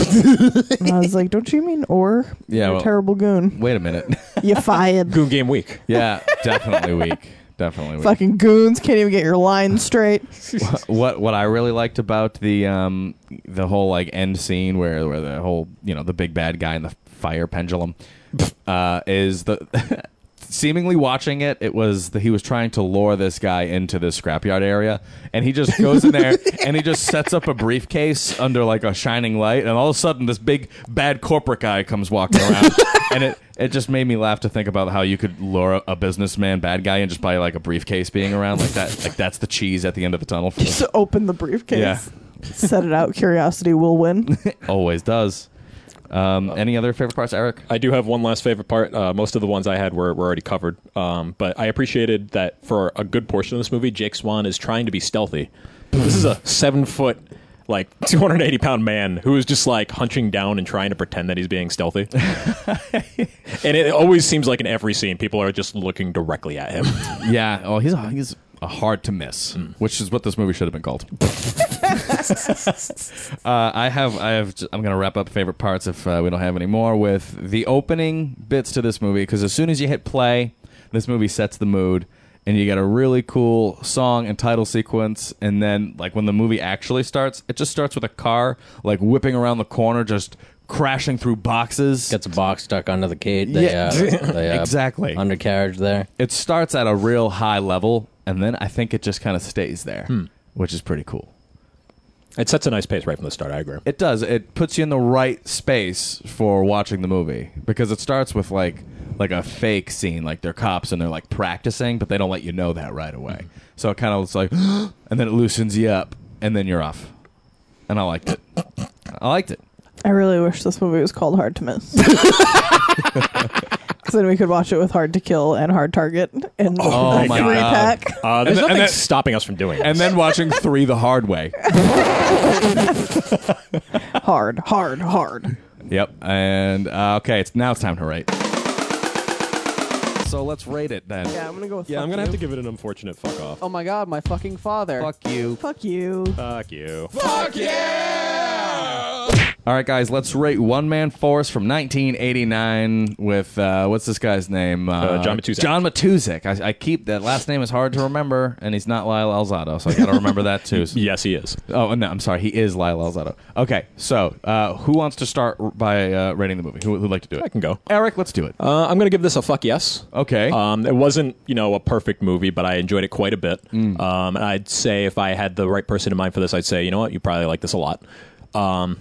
[SPEAKER 6] and I was like, "Don't you mean or?
[SPEAKER 3] Yeah,
[SPEAKER 6] You're a
[SPEAKER 3] well-
[SPEAKER 6] terrible goon.
[SPEAKER 3] Wait a minute.
[SPEAKER 6] You fired."
[SPEAKER 4] Goon game week.
[SPEAKER 3] yeah, definitely weak. Definitely weak.
[SPEAKER 6] Fucking goons can't even get your line straight.
[SPEAKER 3] Uh, what what I really liked about the um the whole like end scene where where the whole you know the big bad guy and the fire pendulum uh, is the seemingly watching it it was that he was trying to lure this guy into this scrapyard area and he just goes in there and he just sets up a briefcase under like a shining light and all of a sudden this big bad corporate guy comes walking around and it it just made me laugh to think about how you could lure a businessman bad guy and just by like a briefcase being around like that like that's the cheese at the end of the tunnel for
[SPEAKER 6] Just open the briefcase.
[SPEAKER 3] Yeah.
[SPEAKER 6] Set it out. Curiosity will win.
[SPEAKER 3] Always does. Um, any other favorite parts, Eric?
[SPEAKER 4] I do have one last favorite part. Uh, most of the ones I had were, were already covered. Um, but I appreciated that for a good portion of this movie, Jake Swan is trying to be stealthy. this is a seven foot, like 280 pound man who is just like hunching down and trying to pretend that he's being stealthy. and it always seems like in every scene, people are just looking directly at him.
[SPEAKER 3] Yeah. Oh, he's a, he's a hard to miss, which is what this movie should have been called. uh, I have I have I'm gonna wrap up favorite parts if uh, we don't have any more with the opening bits to this movie because as soon as you hit play, this movie sets the mood. And you get a really cool song and title sequence, and then like when the movie actually starts, it just starts with a car like whipping around the corner, just crashing through boxes.
[SPEAKER 5] Gets a box stuck under the cage. The,
[SPEAKER 3] Yeah.
[SPEAKER 5] uh, the, uh,
[SPEAKER 3] Exactly.
[SPEAKER 5] Undercarriage there.
[SPEAKER 3] it starts at a real high level and then I think it just kind of stays there, which is pretty cool.
[SPEAKER 4] it sets a nice pace right from the start, I agree.
[SPEAKER 3] It does. It puts you in the right space for watching the movie because it starts with like like a fake scene, like they're cops and they're like practicing, but they don't let you know that right away. So it kind of looks like, and then it loosens you up, and then you're off. And I liked it. I liked it.
[SPEAKER 6] I really wish this movie was called Hard to Miss. Because then we could watch it with Hard to Kill and Hard Target and
[SPEAKER 3] Oh
[SPEAKER 6] a
[SPEAKER 3] my
[SPEAKER 6] three
[SPEAKER 3] God.
[SPEAKER 6] pack.
[SPEAKER 4] Uh, there's
[SPEAKER 3] And then- and
[SPEAKER 4] nothing
[SPEAKER 3] then-
[SPEAKER 4] stopping us from doing it.
[SPEAKER 3] And then watching three the hard way.
[SPEAKER 6] Hard, hard, hard.
[SPEAKER 3] Yep. And uh, okay, it's now it's time to rate. so let's rate it then.
[SPEAKER 6] Yeah, I'm gonna go with.
[SPEAKER 4] Yeah,
[SPEAKER 6] fuck
[SPEAKER 4] I'm gonna
[SPEAKER 6] you.
[SPEAKER 4] have to give it an unfortunate fuck off.
[SPEAKER 8] Oh my god, my fucking father.
[SPEAKER 3] Fuck you.
[SPEAKER 6] Fuck you.
[SPEAKER 3] Uh,
[SPEAKER 4] Fuck you.
[SPEAKER 3] All right, guys, let's rate One Man Force from 1989 with uh, what's this guy's name? Uh,
[SPEAKER 4] John Matuszak.
[SPEAKER 3] John Matuszak. I, I keep that last name is hard to remember, and he's not Lyle Alzado, so I got to remember that too.
[SPEAKER 4] Yes, he is.
[SPEAKER 3] Oh no, I'm sorry. He is Lyle Alzado. Okay, so uh, who wants to start by uh, rating the movie? Who would like to do it?
[SPEAKER 4] I can go.
[SPEAKER 3] Eric, let's do it.
[SPEAKER 4] Uh, I'm gonna give this a fuck yes.
[SPEAKER 3] okay.
[SPEAKER 4] Um, it wasn't, you know, a perfect movie, but I enjoyed it quite a bit.
[SPEAKER 3] Mm.
[SPEAKER 4] Um, and I'd say if I had the right person in mind for this, I'd say, you know what, you probably like this a lot. Um,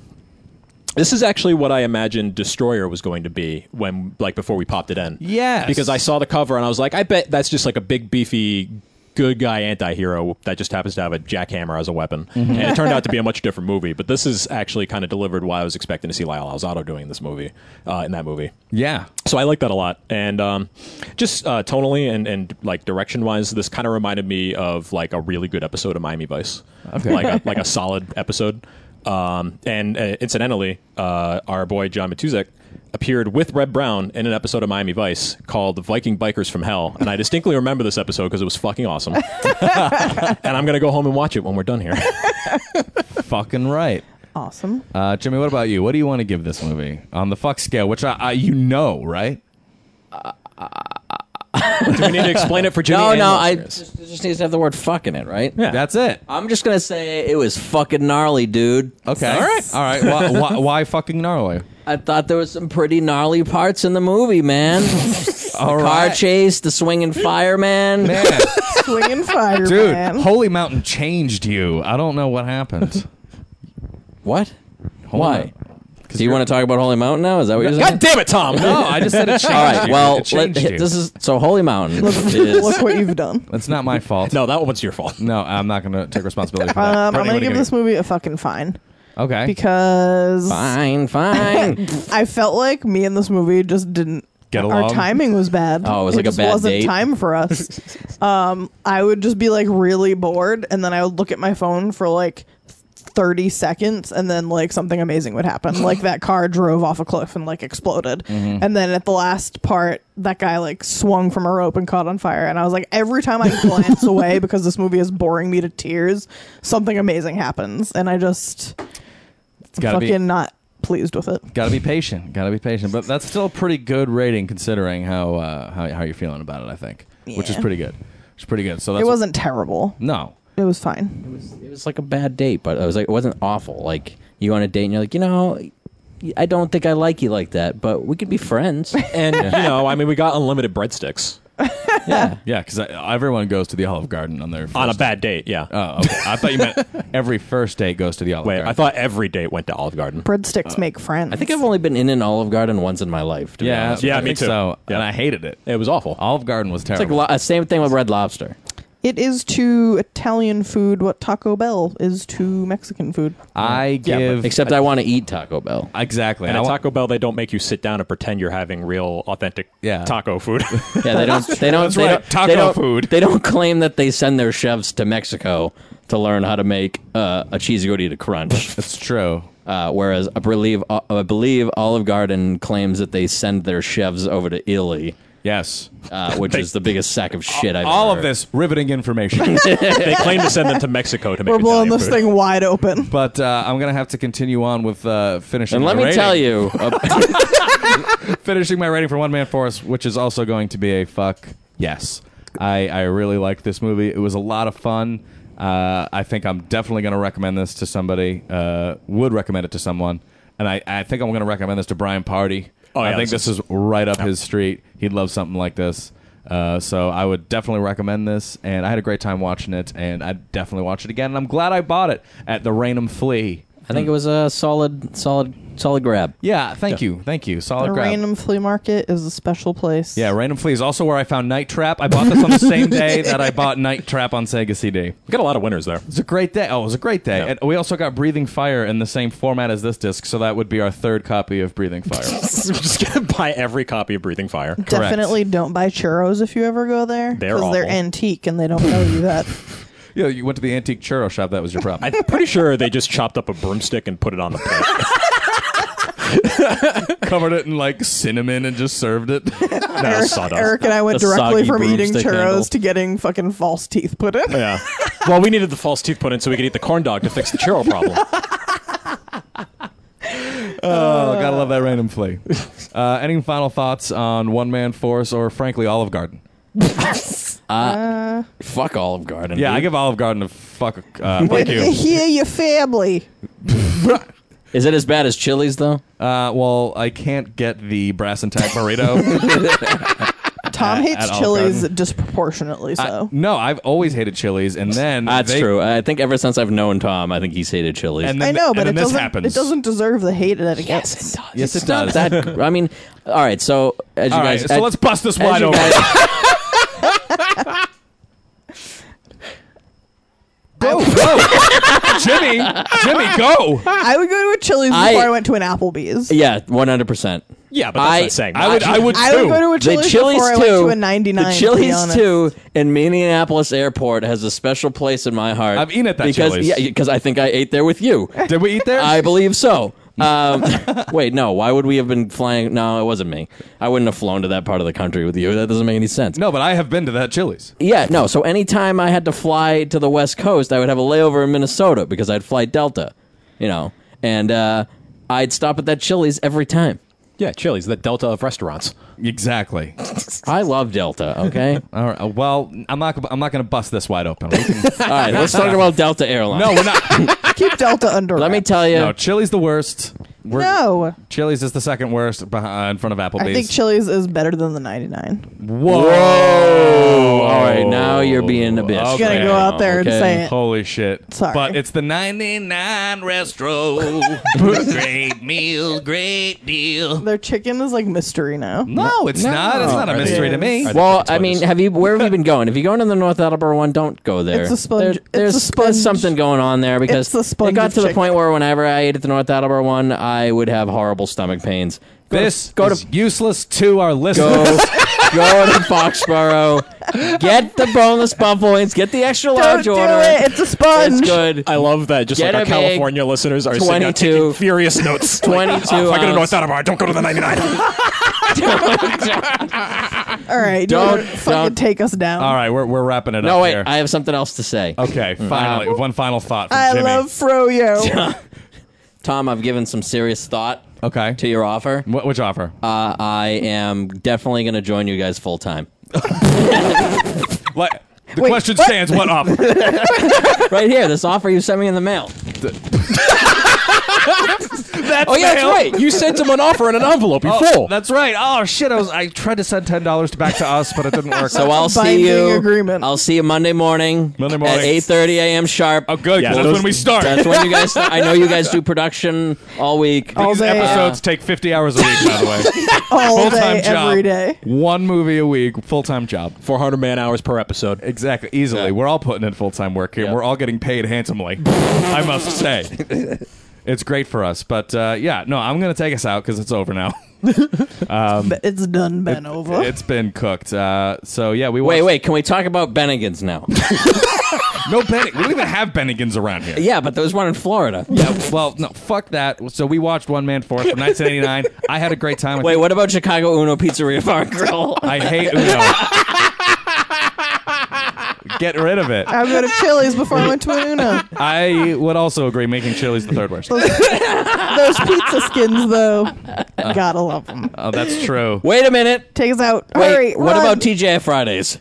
[SPEAKER 4] this is actually what I imagined Destroyer was going to be when, like, before we popped it in.
[SPEAKER 3] Yes.
[SPEAKER 4] Because I saw the cover and I was like, I bet that's just like a big beefy good guy anti-hero that just happens to have a jackhammer as a weapon.
[SPEAKER 3] Mm-hmm.
[SPEAKER 4] And it turned out to be a much different movie. But this is actually kind of delivered what I was expecting to see Lyle Alzado doing in this movie, uh, in that movie.
[SPEAKER 3] yeah.
[SPEAKER 4] So I like that a lot, and um, just uh, tonally and, and like direction wise, this kind of reminded me of like a really good episode of Miami Vice, like a, like a solid episode. Um, and uh, incidentally, uh, our boy John Matuzek appeared with Red Brown in an episode of Miami Vice called "Viking Bikers from Hell," and I distinctly remember this episode because it was fucking awesome. and I'm gonna go home and watch it when we're done here.
[SPEAKER 3] Fucking right.
[SPEAKER 6] Awesome.
[SPEAKER 3] Uh, Jimmy, what about you? What do you want to give this movie on the fuck scale? Which I, I you know, right?
[SPEAKER 4] Do we need to explain it for Jimmy?
[SPEAKER 5] No,
[SPEAKER 4] and
[SPEAKER 5] no, I
[SPEAKER 4] listeners?
[SPEAKER 5] just, just needs to have the word "fuck" in it, right?
[SPEAKER 4] Yeah.
[SPEAKER 3] That's it.
[SPEAKER 5] I'm just gonna say it was fucking gnarly, dude.
[SPEAKER 3] Okay. All right. All right. Why, why, why fucking gnarly?
[SPEAKER 5] I thought there was some pretty gnarly parts in the movie, man. the
[SPEAKER 3] All
[SPEAKER 5] car
[SPEAKER 3] right.
[SPEAKER 5] chase, the swinging fireman.
[SPEAKER 3] Man,
[SPEAKER 6] Swinging fire,
[SPEAKER 3] dude,
[SPEAKER 6] man.
[SPEAKER 3] Holy Mountain changed you. I don't know what happened.
[SPEAKER 5] What?
[SPEAKER 3] Hold
[SPEAKER 5] Why?
[SPEAKER 3] on.
[SPEAKER 5] Do you want to talk about Holy Mountain now? Is that what you're saying?
[SPEAKER 4] God damn it, Tom!
[SPEAKER 3] No, I just said it changed.
[SPEAKER 5] All right.
[SPEAKER 3] you.
[SPEAKER 5] Well,
[SPEAKER 3] It changed
[SPEAKER 5] let-
[SPEAKER 3] you.
[SPEAKER 5] this is so Holy Mountain
[SPEAKER 6] Look
[SPEAKER 5] is
[SPEAKER 6] what you've done.
[SPEAKER 3] That's not my fault.
[SPEAKER 4] no, that one's your fault.
[SPEAKER 3] No, I'm not going to take responsibility for that.
[SPEAKER 6] Um, I'm
[SPEAKER 3] Brittany,
[SPEAKER 6] gonna
[SPEAKER 3] what do you
[SPEAKER 6] give this movie a fucking fine
[SPEAKER 3] Okay.
[SPEAKER 6] because
[SPEAKER 5] fine, fine.
[SPEAKER 6] I felt like me and this movie just didn't
[SPEAKER 3] Get
[SPEAKER 6] Our
[SPEAKER 3] along?
[SPEAKER 6] timing was bad.
[SPEAKER 5] Oh, it was like a
[SPEAKER 6] just
[SPEAKER 5] bad
[SPEAKER 6] wasn't
[SPEAKER 5] date.
[SPEAKER 6] time for us. um, I would just be like really bored, and then I would look at my phone for like thirty seconds, and then like something amazing would happen. like that car drove off a cliff and like exploded,
[SPEAKER 5] Mm-hmm.
[SPEAKER 6] and then at the last part, that guy like swung from a rope and caught on fire, and I was like, every time I glance away because this movie is boring me to tears, something amazing happens, and I just
[SPEAKER 3] It's gotta
[SPEAKER 6] fucking
[SPEAKER 3] be-
[SPEAKER 6] not pleased with it.
[SPEAKER 3] Gotta be patient. Gotta be patient. But that's still a pretty good rating considering how uh, how, how you're feeling about it. I think, which is
[SPEAKER 6] Yeah.
[SPEAKER 3] pretty good. It's pretty good. So that's
[SPEAKER 6] It wasn't terrible.
[SPEAKER 3] no.
[SPEAKER 6] It was fine.
[SPEAKER 5] it was like a bad date, but it was like it wasn't awful. Like you on a date and you're like, you know, I don't think I like you like that, but we could be friends.
[SPEAKER 4] And you know, I mean, we got unlimited breadsticks
[SPEAKER 3] Yeah, because everyone goes to the Olive Garden on their first
[SPEAKER 4] on a bad date. Yeah.
[SPEAKER 3] Oh, okay. I thought you meant every first date goes to the Olive
[SPEAKER 4] Wait,
[SPEAKER 3] Garden.
[SPEAKER 4] I thought every date went to Olive Garden.
[SPEAKER 6] breadsticks make friends.
[SPEAKER 5] I think I've only been in an Olive Garden once in my life. To be
[SPEAKER 3] Yeah,
[SPEAKER 5] honest.
[SPEAKER 4] Yeah,
[SPEAKER 3] I
[SPEAKER 4] me
[SPEAKER 3] think
[SPEAKER 4] too.
[SPEAKER 3] So,
[SPEAKER 4] Yeah.
[SPEAKER 3] and I hated it.
[SPEAKER 4] It was awful.
[SPEAKER 3] Olive Garden was
[SPEAKER 5] it's like
[SPEAKER 3] terrible.
[SPEAKER 5] lo- uh, same thing with Red Lobster.
[SPEAKER 6] it is to Italian food what Taco Bell is to Mexican food.
[SPEAKER 3] I
[SPEAKER 4] Yeah, but-
[SPEAKER 3] give
[SPEAKER 5] Except I want to eat Taco Bell.
[SPEAKER 3] exactly.
[SPEAKER 4] and
[SPEAKER 3] I
[SPEAKER 4] at
[SPEAKER 3] wa-
[SPEAKER 4] Taco Bell, they don't make you sit down and pretend you're having real, authentic
[SPEAKER 3] Yeah.
[SPEAKER 4] taco food.
[SPEAKER 5] Yeah, they don't. They don't.
[SPEAKER 3] That's
[SPEAKER 5] they
[SPEAKER 3] right,
[SPEAKER 5] don't
[SPEAKER 3] taco
[SPEAKER 5] they don't,
[SPEAKER 3] food.
[SPEAKER 5] They don't claim that they send their chefs to Mexico to learn how to make uh, a cheesy gordita crunch.
[SPEAKER 3] it's true.
[SPEAKER 5] Uh, whereas I believe uh, I believe Olive Garden claims that they send their chefs over to Italy,
[SPEAKER 3] Yes.
[SPEAKER 5] uh, which is the biggest sack of shit I've
[SPEAKER 3] All
[SPEAKER 5] ever
[SPEAKER 3] of this riveting information.
[SPEAKER 4] they claim to send them to Mexico to make
[SPEAKER 6] We're blowing
[SPEAKER 4] Italian
[SPEAKER 6] this
[SPEAKER 4] food.
[SPEAKER 6] thing wide open.
[SPEAKER 3] but uh, I'm gonna have to continue on with uh, finishing.
[SPEAKER 5] And let
[SPEAKER 3] the
[SPEAKER 5] me
[SPEAKER 3] rating.
[SPEAKER 5] tell you, uh,
[SPEAKER 3] finishing my rating for One Man Force, which is also going to be a fuck yes. I, I really liked this movie. It was a lot of fun. Uh, I think I'm definitely going to recommend this to somebody. Uh, would recommend it to someone, and I, I think I'm going to recommend this to Brian Party.
[SPEAKER 4] Oh, yeah,
[SPEAKER 3] I think
[SPEAKER 4] this
[SPEAKER 3] this is right up his street. He'd love something like this. Uh, so I would definitely recommend this, and I had a great time watching it, and I'd definitely watch it again. And I'm glad I bought it at the Rainham Flea.
[SPEAKER 5] I think it was a solid, solid, solid grab.
[SPEAKER 3] Yeah, thank you, thank you. Solid
[SPEAKER 6] The
[SPEAKER 3] grab.
[SPEAKER 6] random flea market is a special place.
[SPEAKER 3] Yeah, Random Flea is also where I found Night Trap. I bought this on the same day that I bought Night Trap on Sega CD. It
[SPEAKER 4] We got a lot of winners there.
[SPEAKER 3] was a great day. Oh, it was a great day.
[SPEAKER 4] Yeah.
[SPEAKER 3] And we also got Breathing Fire in the same format as this disc, so that would be our third copy of Breathing Fire.
[SPEAKER 4] We're just gonna buy every copy of Breathing Fire.
[SPEAKER 6] Definitely don't buy churros if you ever go there
[SPEAKER 4] They're
[SPEAKER 6] because they're
[SPEAKER 4] awful.
[SPEAKER 6] antique and they don't tell you that.
[SPEAKER 3] yeah, you went to the antique churro shop. That was your problem.
[SPEAKER 4] I'm pretty sure they just chopped up a broomstick and put it on the plate.
[SPEAKER 3] covered it in like cinnamon and just served it.
[SPEAKER 4] No, sawdust.
[SPEAKER 6] Eric and I went
[SPEAKER 5] The
[SPEAKER 6] directly
[SPEAKER 5] soggy
[SPEAKER 6] from eating churros
[SPEAKER 5] broomstick handle.
[SPEAKER 6] to getting fucking false teeth put in.
[SPEAKER 4] Yeah. Well, we needed the false tooth put in so we could eat the corn dog to fix the churro problem.
[SPEAKER 3] Oh, gotta love that random flea. Uh, any final thoughts on One Man Force or, frankly, Olive Garden?
[SPEAKER 5] Fuck Olive Garden.
[SPEAKER 3] Yeah, I
[SPEAKER 5] dude.
[SPEAKER 3] give Olive Garden a fuck. Uh, fuck you.
[SPEAKER 6] Hear your family.
[SPEAKER 5] Is it as bad as Chili's though?
[SPEAKER 3] Uh, well, I can't get the brass and tack burrito.
[SPEAKER 6] Tom
[SPEAKER 3] At-
[SPEAKER 6] hates
[SPEAKER 3] at Olive
[SPEAKER 6] chilies
[SPEAKER 3] Garden.
[SPEAKER 6] disproportionately so.
[SPEAKER 3] no, I've always hated Chili's, and then
[SPEAKER 5] That's
[SPEAKER 3] Uh, they-
[SPEAKER 5] true. I think ever since I've known Tom, I think he's hated Chili's.
[SPEAKER 3] And
[SPEAKER 6] I,
[SPEAKER 3] then
[SPEAKER 6] know,
[SPEAKER 3] and
[SPEAKER 6] but
[SPEAKER 3] then
[SPEAKER 6] it
[SPEAKER 3] this
[SPEAKER 6] doesn't
[SPEAKER 3] happens.
[SPEAKER 6] it doesn't deserve the hate that it gets.
[SPEAKER 5] it does.
[SPEAKER 3] Yes, it
[SPEAKER 5] It's not
[SPEAKER 3] does.
[SPEAKER 5] That I mean, all right. So as you
[SPEAKER 3] All right,
[SPEAKER 5] guys,
[SPEAKER 3] so
[SPEAKER 5] as-
[SPEAKER 3] let's bust this
[SPEAKER 5] as
[SPEAKER 3] wide
[SPEAKER 5] you
[SPEAKER 3] open.
[SPEAKER 5] guys-
[SPEAKER 3] Go, go, Jimmy, Jimmy, go.
[SPEAKER 6] I would go to a Chili's
[SPEAKER 5] I-
[SPEAKER 6] before I went to an Applebee's.
[SPEAKER 5] yeah, one hundred percent.
[SPEAKER 4] Yeah, but that's
[SPEAKER 5] I-
[SPEAKER 4] not saying
[SPEAKER 3] I would,
[SPEAKER 4] much.
[SPEAKER 3] I would too.
[SPEAKER 6] I would go to a
[SPEAKER 5] The
[SPEAKER 6] Chili's,
[SPEAKER 5] Chili's
[SPEAKER 6] before
[SPEAKER 5] too.
[SPEAKER 6] I went to a
[SPEAKER 5] The
[SPEAKER 6] 99. to be
[SPEAKER 5] Chili's
[SPEAKER 6] honest.
[SPEAKER 5] too in Minneapolis Airport has a special place in my heart.
[SPEAKER 3] I've eaten at that
[SPEAKER 5] because
[SPEAKER 3] Chili's.
[SPEAKER 5] yeah, because I think I ate there with you.
[SPEAKER 3] Did we eat there?
[SPEAKER 5] I believe so. Um, wait, no. Why would we have been flying? No, it wasn't me. I wouldn't have flown to that part of the country with you. That doesn't make any sense.
[SPEAKER 3] no, but I have been to that Chili's.
[SPEAKER 5] Yeah, no. So anytime I had to fly to the West Coast, I would have a layover in Minnesota because I'd fly Delta, you know, and uh, I'd stop at that Chili's every time.
[SPEAKER 4] yeah, Chili's, the delta of restaurants.
[SPEAKER 3] Exactly.
[SPEAKER 5] I love Delta. Okay, all
[SPEAKER 3] All right. uh, Well, I'm not. I'm not going to bust this wide open. We can-
[SPEAKER 5] right. Let's talk about Delta Airlines.
[SPEAKER 3] no, we're not.
[SPEAKER 6] Keep Delta under.
[SPEAKER 5] let me tell you.
[SPEAKER 3] No, Chili's the worst. We're,
[SPEAKER 6] No.
[SPEAKER 3] Chili's is the second worst behind, in front of Applebee's.
[SPEAKER 6] I think Chili's is better than the 99.
[SPEAKER 3] Whoa.
[SPEAKER 5] All right, now you're being a bitch.
[SPEAKER 3] Okay.
[SPEAKER 6] You gotta go out there
[SPEAKER 5] Okay.
[SPEAKER 6] and say it.
[SPEAKER 3] Holy shit.
[SPEAKER 6] Sorry.
[SPEAKER 3] But it's the 99 Restro. great meal, great deal.
[SPEAKER 6] Their chicken is like mystery now.
[SPEAKER 3] No, it's not. It's not a
[SPEAKER 4] Are they-
[SPEAKER 3] mystery to me.
[SPEAKER 4] are they-
[SPEAKER 5] Well,
[SPEAKER 4] That's
[SPEAKER 5] I
[SPEAKER 4] what it
[SPEAKER 5] mean,
[SPEAKER 4] is.
[SPEAKER 5] have you? Where have you been going? If you're going to the North Attleboro one, don't go there.
[SPEAKER 6] It's a sponge-
[SPEAKER 5] There-
[SPEAKER 6] it's a
[SPEAKER 5] there's,
[SPEAKER 6] sponge-
[SPEAKER 5] there's something going on there because
[SPEAKER 6] It's a sponge
[SPEAKER 5] it got
[SPEAKER 6] of
[SPEAKER 5] to the
[SPEAKER 6] chicken.
[SPEAKER 5] point where whenever I ate at the North Attleboro one, I would have horrible stomach pains. Go to-
[SPEAKER 3] This
[SPEAKER 5] go
[SPEAKER 3] is
[SPEAKER 5] to
[SPEAKER 3] useless to our
[SPEAKER 5] go,
[SPEAKER 3] listeners.
[SPEAKER 5] go to Foxborough, get the boneless buffalo wings, get the extra
[SPEAKER 6] Don't
[SPEAKER 5] large
[SPEAKER 6] do
[SPEAKER 5] order.
[SPEAKER 6] it. It's a sponge.
[SPEAKER 5] It's good.
[SPEAKER 4] I love that. Just
[SPEAKER 5] Get
[SPEAKER 4] like our
[SPEAKER 5] a big
[SPEAKER 4] California listeners are sitting out
[SPEAKER 5] 22
[SPEAKER 4] taking furious notes.
[SPEAKER 5] 22
[SPEAKER 4] Like, oh, if I go to
[SPEAKER 5] ounce.
[SPEAKER 4] North Attleboro, don't go to the 99.
[SPEAKER 6] All right,
[SPEAKER 5] Don't-
[SPEAKER 6] don't fucking
[SPEAKER 5] don't-
[SPEAKER 6] take us down.
[SPEAKER 3] All right, we're, we're wrapping it
[SPEAKER 5] No
[SPEAKER 3] up
[SPEAKER 5] wait,
[SPEAKER 3] here.
[SPEAKER 5] I have something else to say.
[SPEAKER 3] okay, finally. One final thought from
[SPEAKER 6] I
[SPEAKER 3] Jimmy.
[SPEAKER 6] love froyo.
[SPEAKER 5] Tom, I've given some serious thought
[SPEAKER 3] okay.
[SPEAKER 5] to your offer.
[SPEAKER 3] Wh- which offer?
[SPEAKER 5] Uh, I am definitely going to join you guys full time.
[SPEAKER 3] Like, the
[SPEAKER 6] wait,
[SPEAKER 3] question
[SPEAKER 6] what?
[SPEAKER 3] stands what offer?
[SPEAKER 5] right here, this offer you sent me in the mail.
[SPEAKER 3] That's
[SPEAKER 5] Oh yeah, that's
[SPEAKER 3] mail.
[SPEAKER 5] right. You sent him an offer in an envelope. You
[SPEAKER 3] Oh,
[SPEAKER 5] fool.
[SPEAKER 3] That's right. Oh shit! I was I tried to send ten dollars back to us, but it didn't work.
[SPEAKER 5] So I'll
[SPEAKER 6] Binding
[SPEAKER 5] see you.
[SPEAKER 6] agreement.
[SPEAKER 5] I'll see you Monday morning.
[SPEAKER 3] Monday morning.
[SPEAKER 5] at eight thirty a.m. sharp.
[SPEAKER 3] oh good.
[SPEAKER 4] Yeah,
[SPEAKER 3] 'cause that's
[SPEAKER 4] those-
[SPEAKER 3] when we start.
[SPEAKER 5] That's when you guys. I know you guys do production all week.
[SPEAKER 6] All
[SPEAKER 3] These
[SPEAKER 6] day,
[SPEAKER 3] episodes take fifty hours a week. By the way,
[SPEAKER 6] all
[SPEAKER 3] full time
[SPEAKER 6] day,
[SPEAKER 3] job.
[SPEAKER 6] every day.
[SPEAKER 3] One movie a week, full time job.
[SPEAKER 4] 400 man hours per episode.
[SPEAKER 3] Exactly. Easily,
[SPEAKER 5] Yeah.
[SPEAKER 3] we're all putting in full time work here.
[SPEAKER 5] Yeah.
[SPEAKER 3] We're all getting paid handsomely. I must say, it's great for us. But uh, yeah, no, I'm gonna take us out because it's over now.
[SPEAKER 6] But it's done, been over.
[SPEAKER 3] It's been cooked. Uh, so yeah, we
[SPEAKER 5] Wait,
[SPEAKER 3] watched-
[SPEAKER 5] wait. Can we talk about Bennigan's now?
[SPEAKER 3] No Bennig. We don't even have Bennigans around here.
[SPEAKER 5] yeah, but there was one in Florida.
[SPEAKER 3] Yeah, well, no, fuck that. So we watched One Man Force from 1989. I had a great time. I
[SPEAKER 5] Wait,
[SPEAKER 3] think-
[SPEAKER 5] what about Chicago Uno Pizzeria Bar and Grill?
[SPEAKER 3] I hate Uno. Get rid of it.
[SPEAKER 6] I would go to Chili's before I went to an Uno.
[SPEAKER 3] I would also agree. Making Chili's the third worst.
[SPEAKER 6] Those pizza skins, though,
[SPEAKER 3] Uh.
[SPEAKER 6] gotta love them.
[SPEAKER 3] Oh, that's true.
[SPEAKER 5] Wait a minute.
[SPEAKER 6] Take us out.
[SPEAKER 5] Wait,
[SPEAKER 6] Hurry.
[SPEAKER 5] what
[SPEAKER 6] run.
[SPEAKER 5] about TGI Fridays?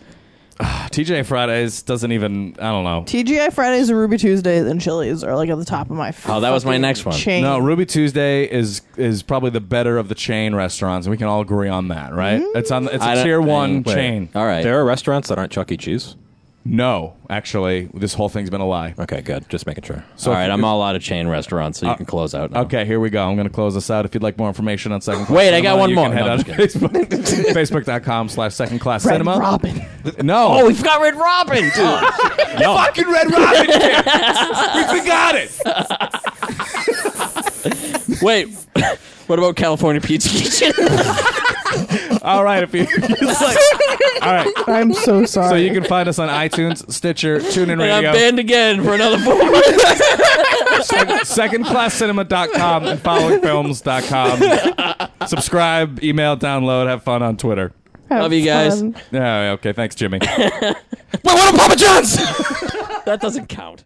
[SPEAKER 3] TJ Fridays doesn't even. I don't know.
[SPEAKER 6] TGI Fridays and Ruby Tuesdays and Chili's are like at the top of my.
[SPEAKER 5] Oh, that was my
[SPEAKER 6] fucking
[SPEAKER 5] next one.
[SPEAKER 6] Chain.
[SPEAKER 3] No, Ruby Tuesday is is probably the better of the chain restaurants, and we can all agree on that, right?
[SPEAKER 6] Mm-hmm.
[SPEAKER 3] It's on. It's
[SPEAKER 5] I
[SPEAKER 3] a
[SPEAKER 5] don't-
[SPEAKER 3] tier
[SPEAKER 5] I-
[SPEAKER 3] one
[SPEAKER 5] wait.
[SPEAKER 3] chain.
[SPEAKER 5] All right.
[SPEAKER 4] There are restaurants that aren't Chuck E. Cheese.
[SPEAKER 3] No, actually, this whole thing's been a lie.
[SPEAKER 4] Okay, good. Just making sure.
[SPEAKER 3] So
[SPEAKER 5] all right.
[SPEAKER 3] if-
[SPEAKER 5] I'm all out of chain restaurants, so you can close out. Now.
[SPEAKER 3] Okay, here we go. I'm going to close this out. If you'd like more information on Second Class
[SPEAKER 5] Wait, I
[SPEAKER 3] Cinema,
[SPEAKER 5] got one
[SPEAKER 3] you
[SPEAKER 5] more.
[SPEAKER 3] Can head
[SPEAKER 5] No,
[SPEAKER 3] out
[SPEAKER 5] I'm
[SPEAKER 3] to Facebook, Facebook.com slash Second Class
[SPEAKER 6] Red
[SPEAKER 3] Cinema.
[SPEAKER 6] Robin.
[SPEAKER 3] No.
[SPEAKER 5] Oh, we forgot Red Robin, dude. Oh,
[SPEAKER 3] fucking Red Robin. kid. we forgot it.
[SPEAKER 5] Wait, what about California Pizza Kitchen?
[SPEAKER 3] All right. If you, it's like, all right.
[SPEAKER 6] I'm so sorry.
[SPEAKER 3] So you can find us on iTunes, Stitcher, TuneIn
[SPEAKER 5] and I'm
[SPEAKER 3] Radio.
[SPEAKER 5] banned again for another four months.
[SPEAKER 3] secondclasscinema.com and followingfilms.com. Subscribe, email, download, have fun on Twitter.
[SPEAKER 5] Love you guys.
[SPEAKER 6] Fun.
[SPEAKER 3] Yeah, okay, thanks, Jimmy.
[SPEAKER 5] Wait, what are Papa John's? that doesn't count.